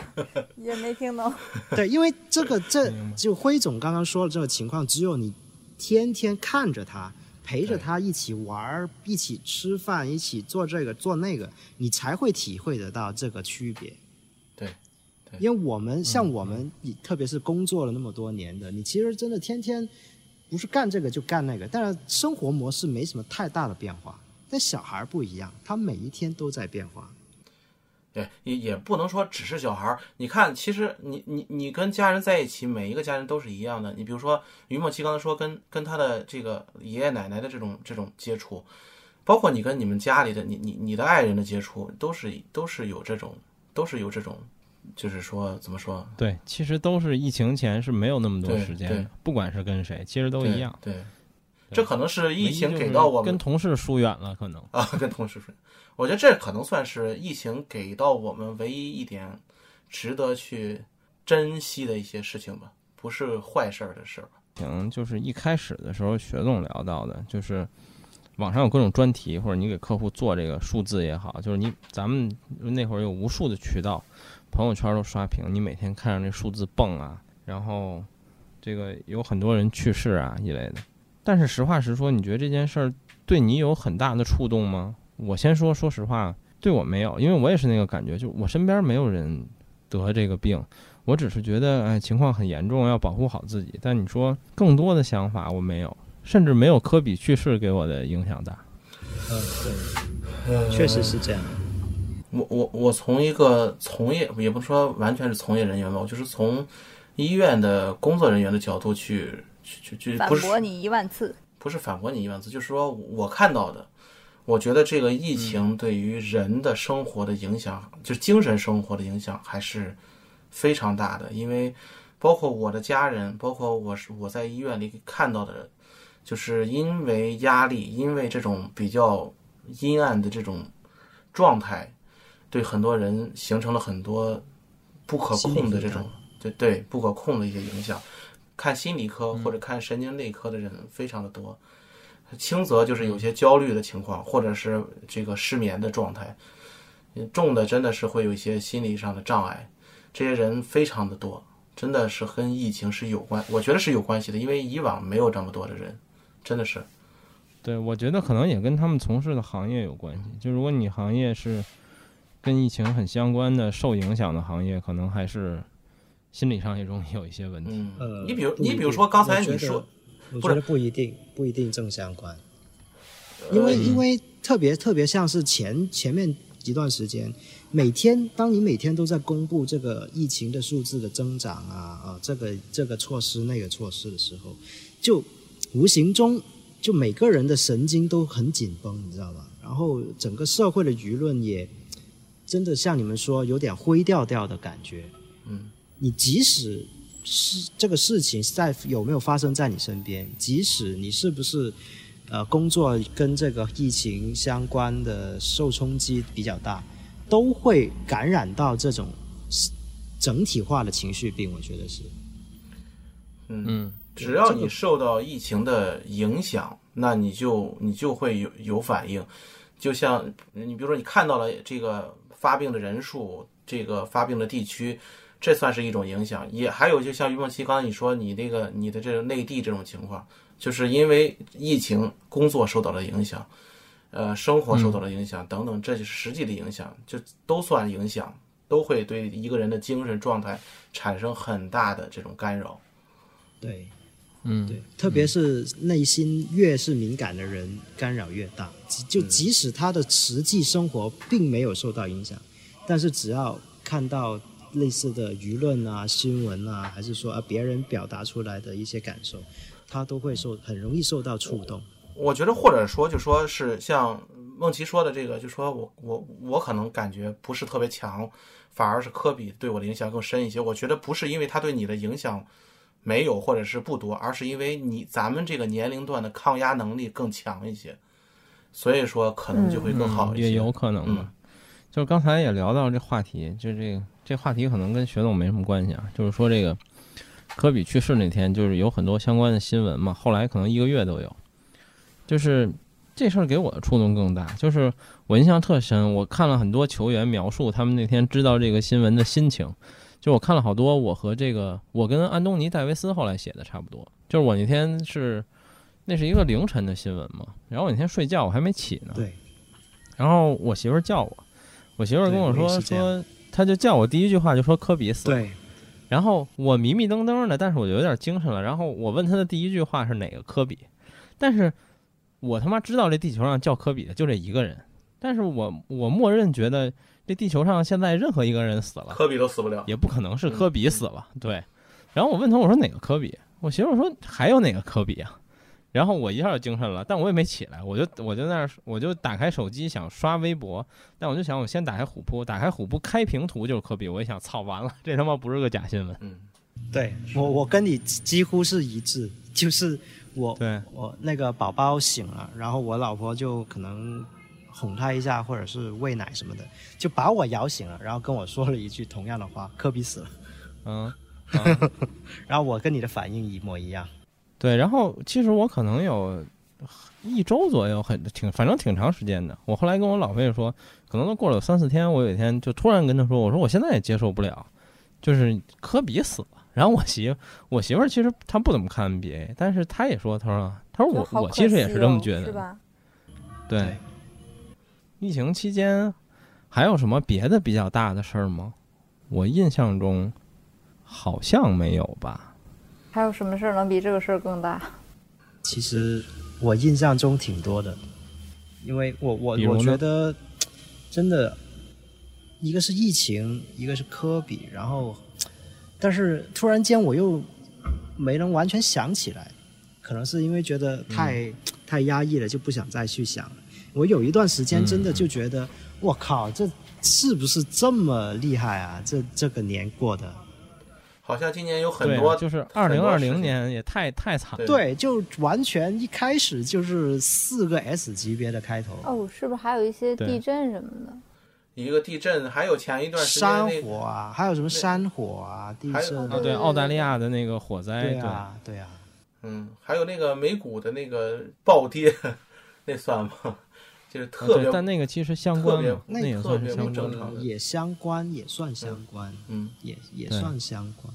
也没听懂。对，因为这个这就辉总刚刚说的这个情况，只有你天天看着他，陪着他一起玩儿，一起吃饭，一起做这个做那个，你才会体会得到这个区别。对对因为我们像我们，你特别是工作了那么多年的，你其实真的天天不是干这个就干那个，但是生活模式没什么太大的变化。但小孩儿不一样，他每一天都在变化。对，也也不能说只是小孩儿。你看，其实你你你跟家人在一起，每一个家人都是一样的。你比如说，于梦琪刚才说跟跟他的这个爷爷奶奶的这种这种接触，包括你跟你们家里的你你你的爱人的接触，都是都是有这种都是有这种，就是说怎么说？对，其实都是疫情前是没有那么多对时间对的，不管是跟谁，其实都一样。对。对这可能是疫唯情一给就是到我们跟同事疏远了，可能。 啊，跟同事睡。我觉得这可能算是疫情给到我们唯一一点值得去珍惜的一些事情吧，不是坏事儿的事儿吧。可能就是一开始的时候，雪总聊到的，就是网上有各种专题，或者你给客户做这个数字也好，就是你咱们那会儿有无数的渠道，朋友圈都刷屏，你每天看着那数字蹦啊，然后这个有很多人去世啊一类的。但是实话实说，你觉得这件事儿对你有很大的触动吗？我先说，说实话，对我没有，因为我也是那个感觉，就我身边没有人得这个病，我只是觉得哎情况很严重，要保护好自己。但你说更多的想法我没有，甚至没有科比去世给我的影响大。嗯，对，确实是这样。我我我从一个从业，也不说完全是从业人员吧，我就是从医院的工作人员的角度去去去去，反不是驳你一万次。不是反驳你一万次，就是说我看到的，我觉得这个疫情对于人的生活的影响，就是精神生活的影响还是非常大的。因为包括我的家人，包括我是我在医院里看到的，就是因为压力，因为这种比较阴暗的这种状态，对很多人形成了很多不可控的这种，对对不可控的一些影响。看心理科或者看神经内科的人非常的多，轻则就是有些焦虑的情况，或者是这个失眠的状态，嗯重的真的是会有一些心理上的障碍，这些人非常的多，真的是跟疫情是有关，我觉得是有关系的，因为以往没有这么多的人，真的是，对，我觉得可能也跟他们从事的行业有关系。就如果你行业是跟疫情很相关的、受影响的行业，可能还是心理上也容易有一些问题。嗯呃，，你比如不一你比如定说刚才我觉你得说，我不觉是得不一定，不一定正相关，因为因为特别特别像是前前面一段时间，每天当你每天都在公布这个疫情的数字的增长啊啊，这个这个措施那个措施的时候，就无形中就每个人的神经都很紧绷，你知道吗？然后整个社会的舆论也真的像你们说有点灰调调的感觉，嗯，你即使是这个事情是在有没有发生在你身边，即使你是不是呃工作跟这个疫情相关的受冲击比较大，都会感染到这种整体化的情绪病，我觉得是。嗯，只要你受到疫情的影响，那你就你就会有有反应。就像你比如说，你看到了这个发病的人数，这个发病的地区，这算是一种影响。也还有，就像于梦琪刚才你说，你那个你的这个内地这种情况，就是因为疫情，工作受到了影响，呃，生活受到了影响等等，这就是实际的影响，就都算影响，都会对一个人的精神状态产生很大的这种干扰。对，嗯对，特别是内心越是敏感的人，干扰越大。即就即使他的实际生活并没有受到影响，但是只要看到类似的舆论啊、新闻啊，还是说啊别人表达出来的一些感受，他都会受很容易受到触动。我觉得或者说就说是像梦琪说的这个，就说我我我可能感觉不是特别强，反而是科比对我的影响更深一些。我觉得不是因为他对你的影响没有或者是不多，而是因为你咱们这个年龄段的抗压能力更强一些，所以说可能就会更好嗯一也些。有可能吧。就是刚才也聊到这话题，就这个这话题可能跟学总没什么关系啊。就是说这个科比去世那天，就是有很多相关的新闻嘛，后来可能一个月都有。就是这事儿给我的触动更大，就是我印象特深，我看了很多球员描述他们那天知道这个新闻的心情。就我看了好多，我和这个我跟安东尼戴维斯后来写的差不多。就是我那天是那是一个凌晨的新闻嘛，然后我那天睡觉我还没起呢，对，然后我媳妇儿叫我，我媳妇儿跟我对说我也是这样说，她就叫我第一句话就说科比死了。对，然后我迷迷瞪瞪的，但是我就有点精神了。然后我问她的第一句话是哪个科比，但是我他妈知道这地球上叫科比的就这一个人，但是我我默认觉得这地球上现在任何一个人死了，科比都死不了，也不可能是科比死了。对，然后我问他，我说哪个科比？我媳妇儿说还有哪个科比啊？然后我一下就精神了，但我也没起来，我就我就在那儿，我就打开手机想刷微博，但我就想我先打开虎扑，打开虎扑开屏图就是科比，我一想操完了，这他妈不是个假新闻。嗯，对我我跟你几乎是一致，就是我对我那个宝宝醒了，然后我老婆就可能哄他一下，或者是喂奶什么的，就把我摇醒了，然后跟我说了一句同样的话：“科比死了。嗯，”然后我跟你的反应一模一样。对，然后其实我可能有一周左右很，挺反正挺长时间的。我后来跟我老婆也说，可能都过了有三四天，我有一天就突然跟她说，我说我现在也接受不了，就是科比死了。然后我媳我媳妇儿其实她不怎么看 NBA，但是她也说，她说她说就我好我可其实也惜是这么哦觉是得的，吧？对，疫情期间还有什么别的比较大的事儿吗？我印象中好像没有吧。还有什么事儿能比这个事儿更大？其实我印象中挺多的，因为我我比如我呢觉得真的，一个是疫情，一个是科比，然后，但是突然间我又没能完全想起来，可能是因为觉得太、嗯太压抑了，就不想再去想了。我有一段时间真嗯的就觉得，我靠，这是不是这么厉害啊？这这个年过的，好像今年有很对啊，多就是二很零多二事情零年也太太惨了。对对，就完全一开始就是四个 S 级别的开头。哦，是不是还有一些对地震什么的？一个地震，还有前一段时间山那火啊，还有什么山火啊、地还有震啊，啊，对，澳大利亚的那个火灾，哦对对啊，对啊，嗯，还有那个美股的那个暴跌， 那算吗？ 就是特哦对别，但那个其实相关特嘛别，那那也特算别是不相关正。常的也相关，也算相关，嗯，也也对算相关。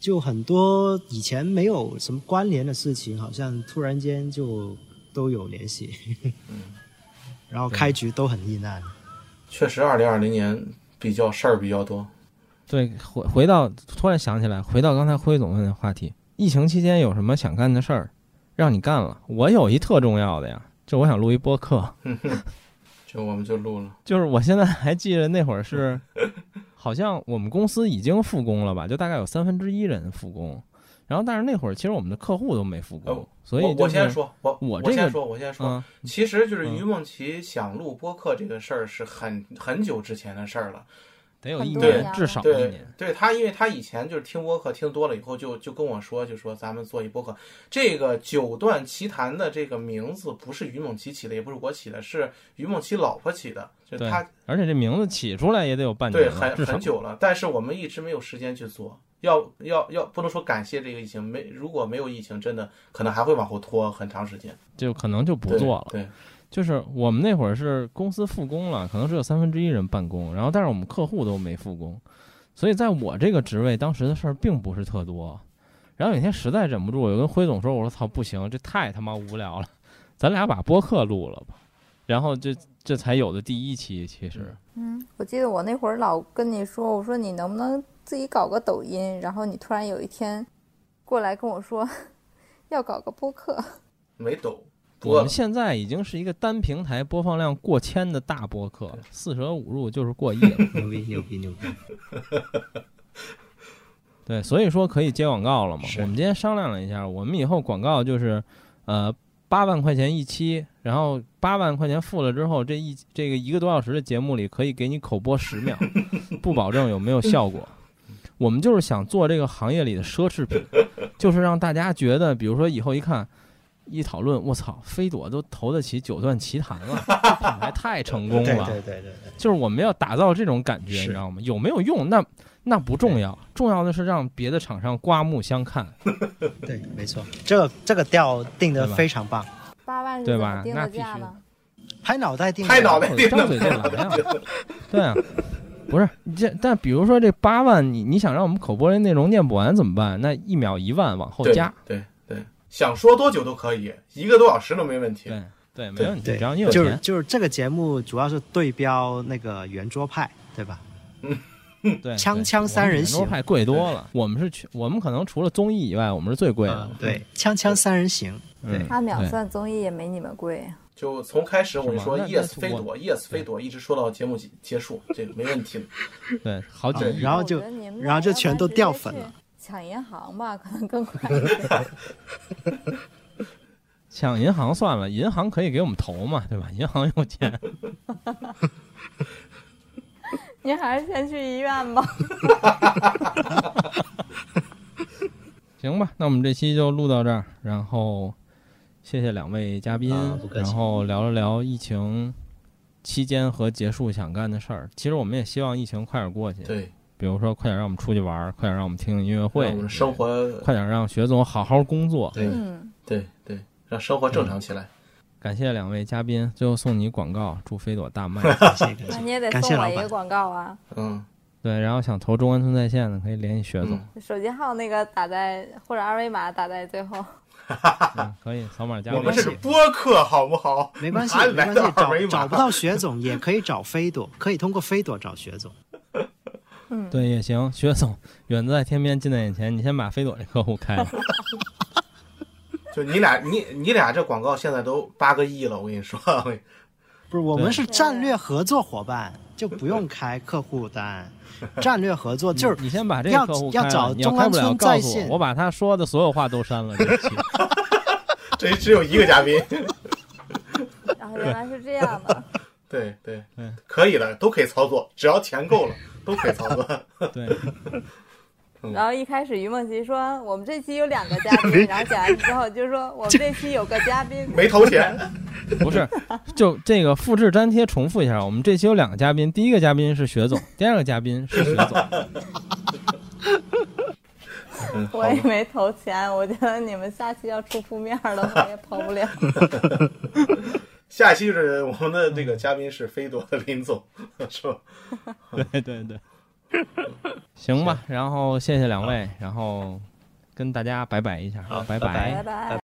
就很多以前没有什么关联的事情，好像突然间就都有联系，嗯然后开局都很遇难。确实，二零二零年比较事儿比较多。对，回回到突然想起来，回到刚才辉总问的话题，疫情期间有什么想干的事儿，让你干了？我有一特重要的呀，就我想录一播客，就我们就录了，就是我现在还记得那会儿 是，好像我们公司已经复工了吧，就大概有三分之一人复工，然后但是那会儿其实我们的客户都没复工哦，所以我我就是先，说，我我我这个先说，我先说，嗯，其实就是嗯于梦琪想录播客这个事儿是很很久之前的事儿了。得有一很多年，年至了少一对年，对，他因为他以前就是听播客听多了以后就，就跟我说，就说咱们做一播客。这个九段奇谈的这个名字不是于梦琪起的，也不是我起的，是于梦琪老婆起的。就对他而且这名字起出来也得有半对年了，很至少很久了，但是我们一直没有时间去做。要要要，不能说感谢这个疫情，没如果没有疫情，真的可能还会往后拖很长时间。就可能就不对做了。对，就是我们那会儿是公司复工了，可能只有三分之一人办公，然后但是我们客户都没复工，所以在我这个职位，当时的事儿并不是特多。然后有一天实在忍不住，我就跟辉总说：“我说操，不行，这太他妈无聊了，咱俩把播客录了吧。”然后这这才有的第一期，其实嗯，我记得我那会儿老跟你说，我说你能不能自己搞个抖音？然后你突然有一天过来跟我说 要搞个播客，没抖，我播们现在已经是一个单平台播放量过千的大播客了，四舍五入就是过亿了。牛逼牛逼牛 逼！对，所以说可以接广告了嘛。是我们今天商量了一下，我们以后广告就是，呃，八万块钱一期，然后八万块钱付了之后，这一这个一个多小时的节目里可以给你口播十 秒，不保证有没有效果。我们就是想做这个行业里的奢 侈品，就是让大家觉得，比如说以后一看。一讨论，我操，飞朵都投得起九段奇谭了，这品牌太成功 对了。对对对对，就是我们要打造这种感觉，你是知道吗？有没有用？那那不重要，重要的是让别的厂商刮目相看，对，没错，这个这个调定的对吧非常棒，八万是对怎吧么定那的必价须呢？拍脑袋定的拍脑袋或者定张的嘴就来呀、 对啊，不是你这，但比如说这八万，你你想让我们口播的内容念不完怎么办？那一秒一万往后对加，对对，想说多久都可以，一个多小时都没问题。对对，没对问题，对，只要你有就是钱。就是这个节目主要是对标那个圆桌派，对吧？对，锵对锵我们三人圆桌行派贵多了，我们是全，我们可能除了综艺以外，我们是最贵的嗯。对，锵锵三 人行，嗯，对八秒对算综艺也没你们贵，就从开始我跟你说是吗那 yes 那飞朵 yes 飞朵，一直说到节目结结束，这个没问题。对，好几对亿。然后我就觉得你们然后俩就要不全然都直掉接粉去了。抢银行吧，可能更快一 点。抢银行算了，银行可以给我们投嘛，对吧？银行有钱。您还是先去医院吧。行吧，那我们这期就录到这儿，然后谢谢两位嘉宾，啊不客然气后聊了聊疫情期间和结束想干的事儿。其实我们也希望疫情快点过去，对，比如说快点让我们出去玩儿，快点让我们听听音乐让会，我们生活，快点让学总好好工作。对嗯，对对，让生活正常起来。感谢两位嘉 宾，最后送你广告，祝飞朵大卖。感谢感那谢你也得感谢送我老一个板，广告啊。嗯，对，然后想投中关村在线的可以联系学总，嗯手机号那个打在或者二维码打在最后。嗯可以扫码加我我们联是系。播客，好不好？没关系哪，里没关来的系，二维找码找不到雪总也可以找飞朵，可以通过飞朵找雪总。对，也行。学总，远在天边，近在眼前，你先把飞朵这客户开了。就你俩，你你俩这广告现在都八个亿了，我跟你说， 不是，我对们是战略合作伙伴，就不用开客户 单。战略合作就是你先把这个要客户要开找了，你要中开关不了村告在诉线我，我把他说的所有话都删了。这一期这里只有一个嘉宾。然后原来是这样 的，对对嗯，可以的，都可以操作，只要钱够了，都可以操作。对，然后一开始于梦琪说我们这期有两个 嘉宾，然后讲完之后就说我们这期有个嘉宾，没投钱，不是，就这个复制粘贴重复一下。我们这期有两个嘉宾，第一个嘉宾是学总，第二个嘉宾是学 总。我也没投钱，我觉得你们下期要出铺面了，我也跑不了。下一期就是我们的这个嘉宾是飞朵的林总， 是吧？对对对，行吧。然后谢谢两位，然后跟大家拜拜一下，好拜拜拜哎拜拜。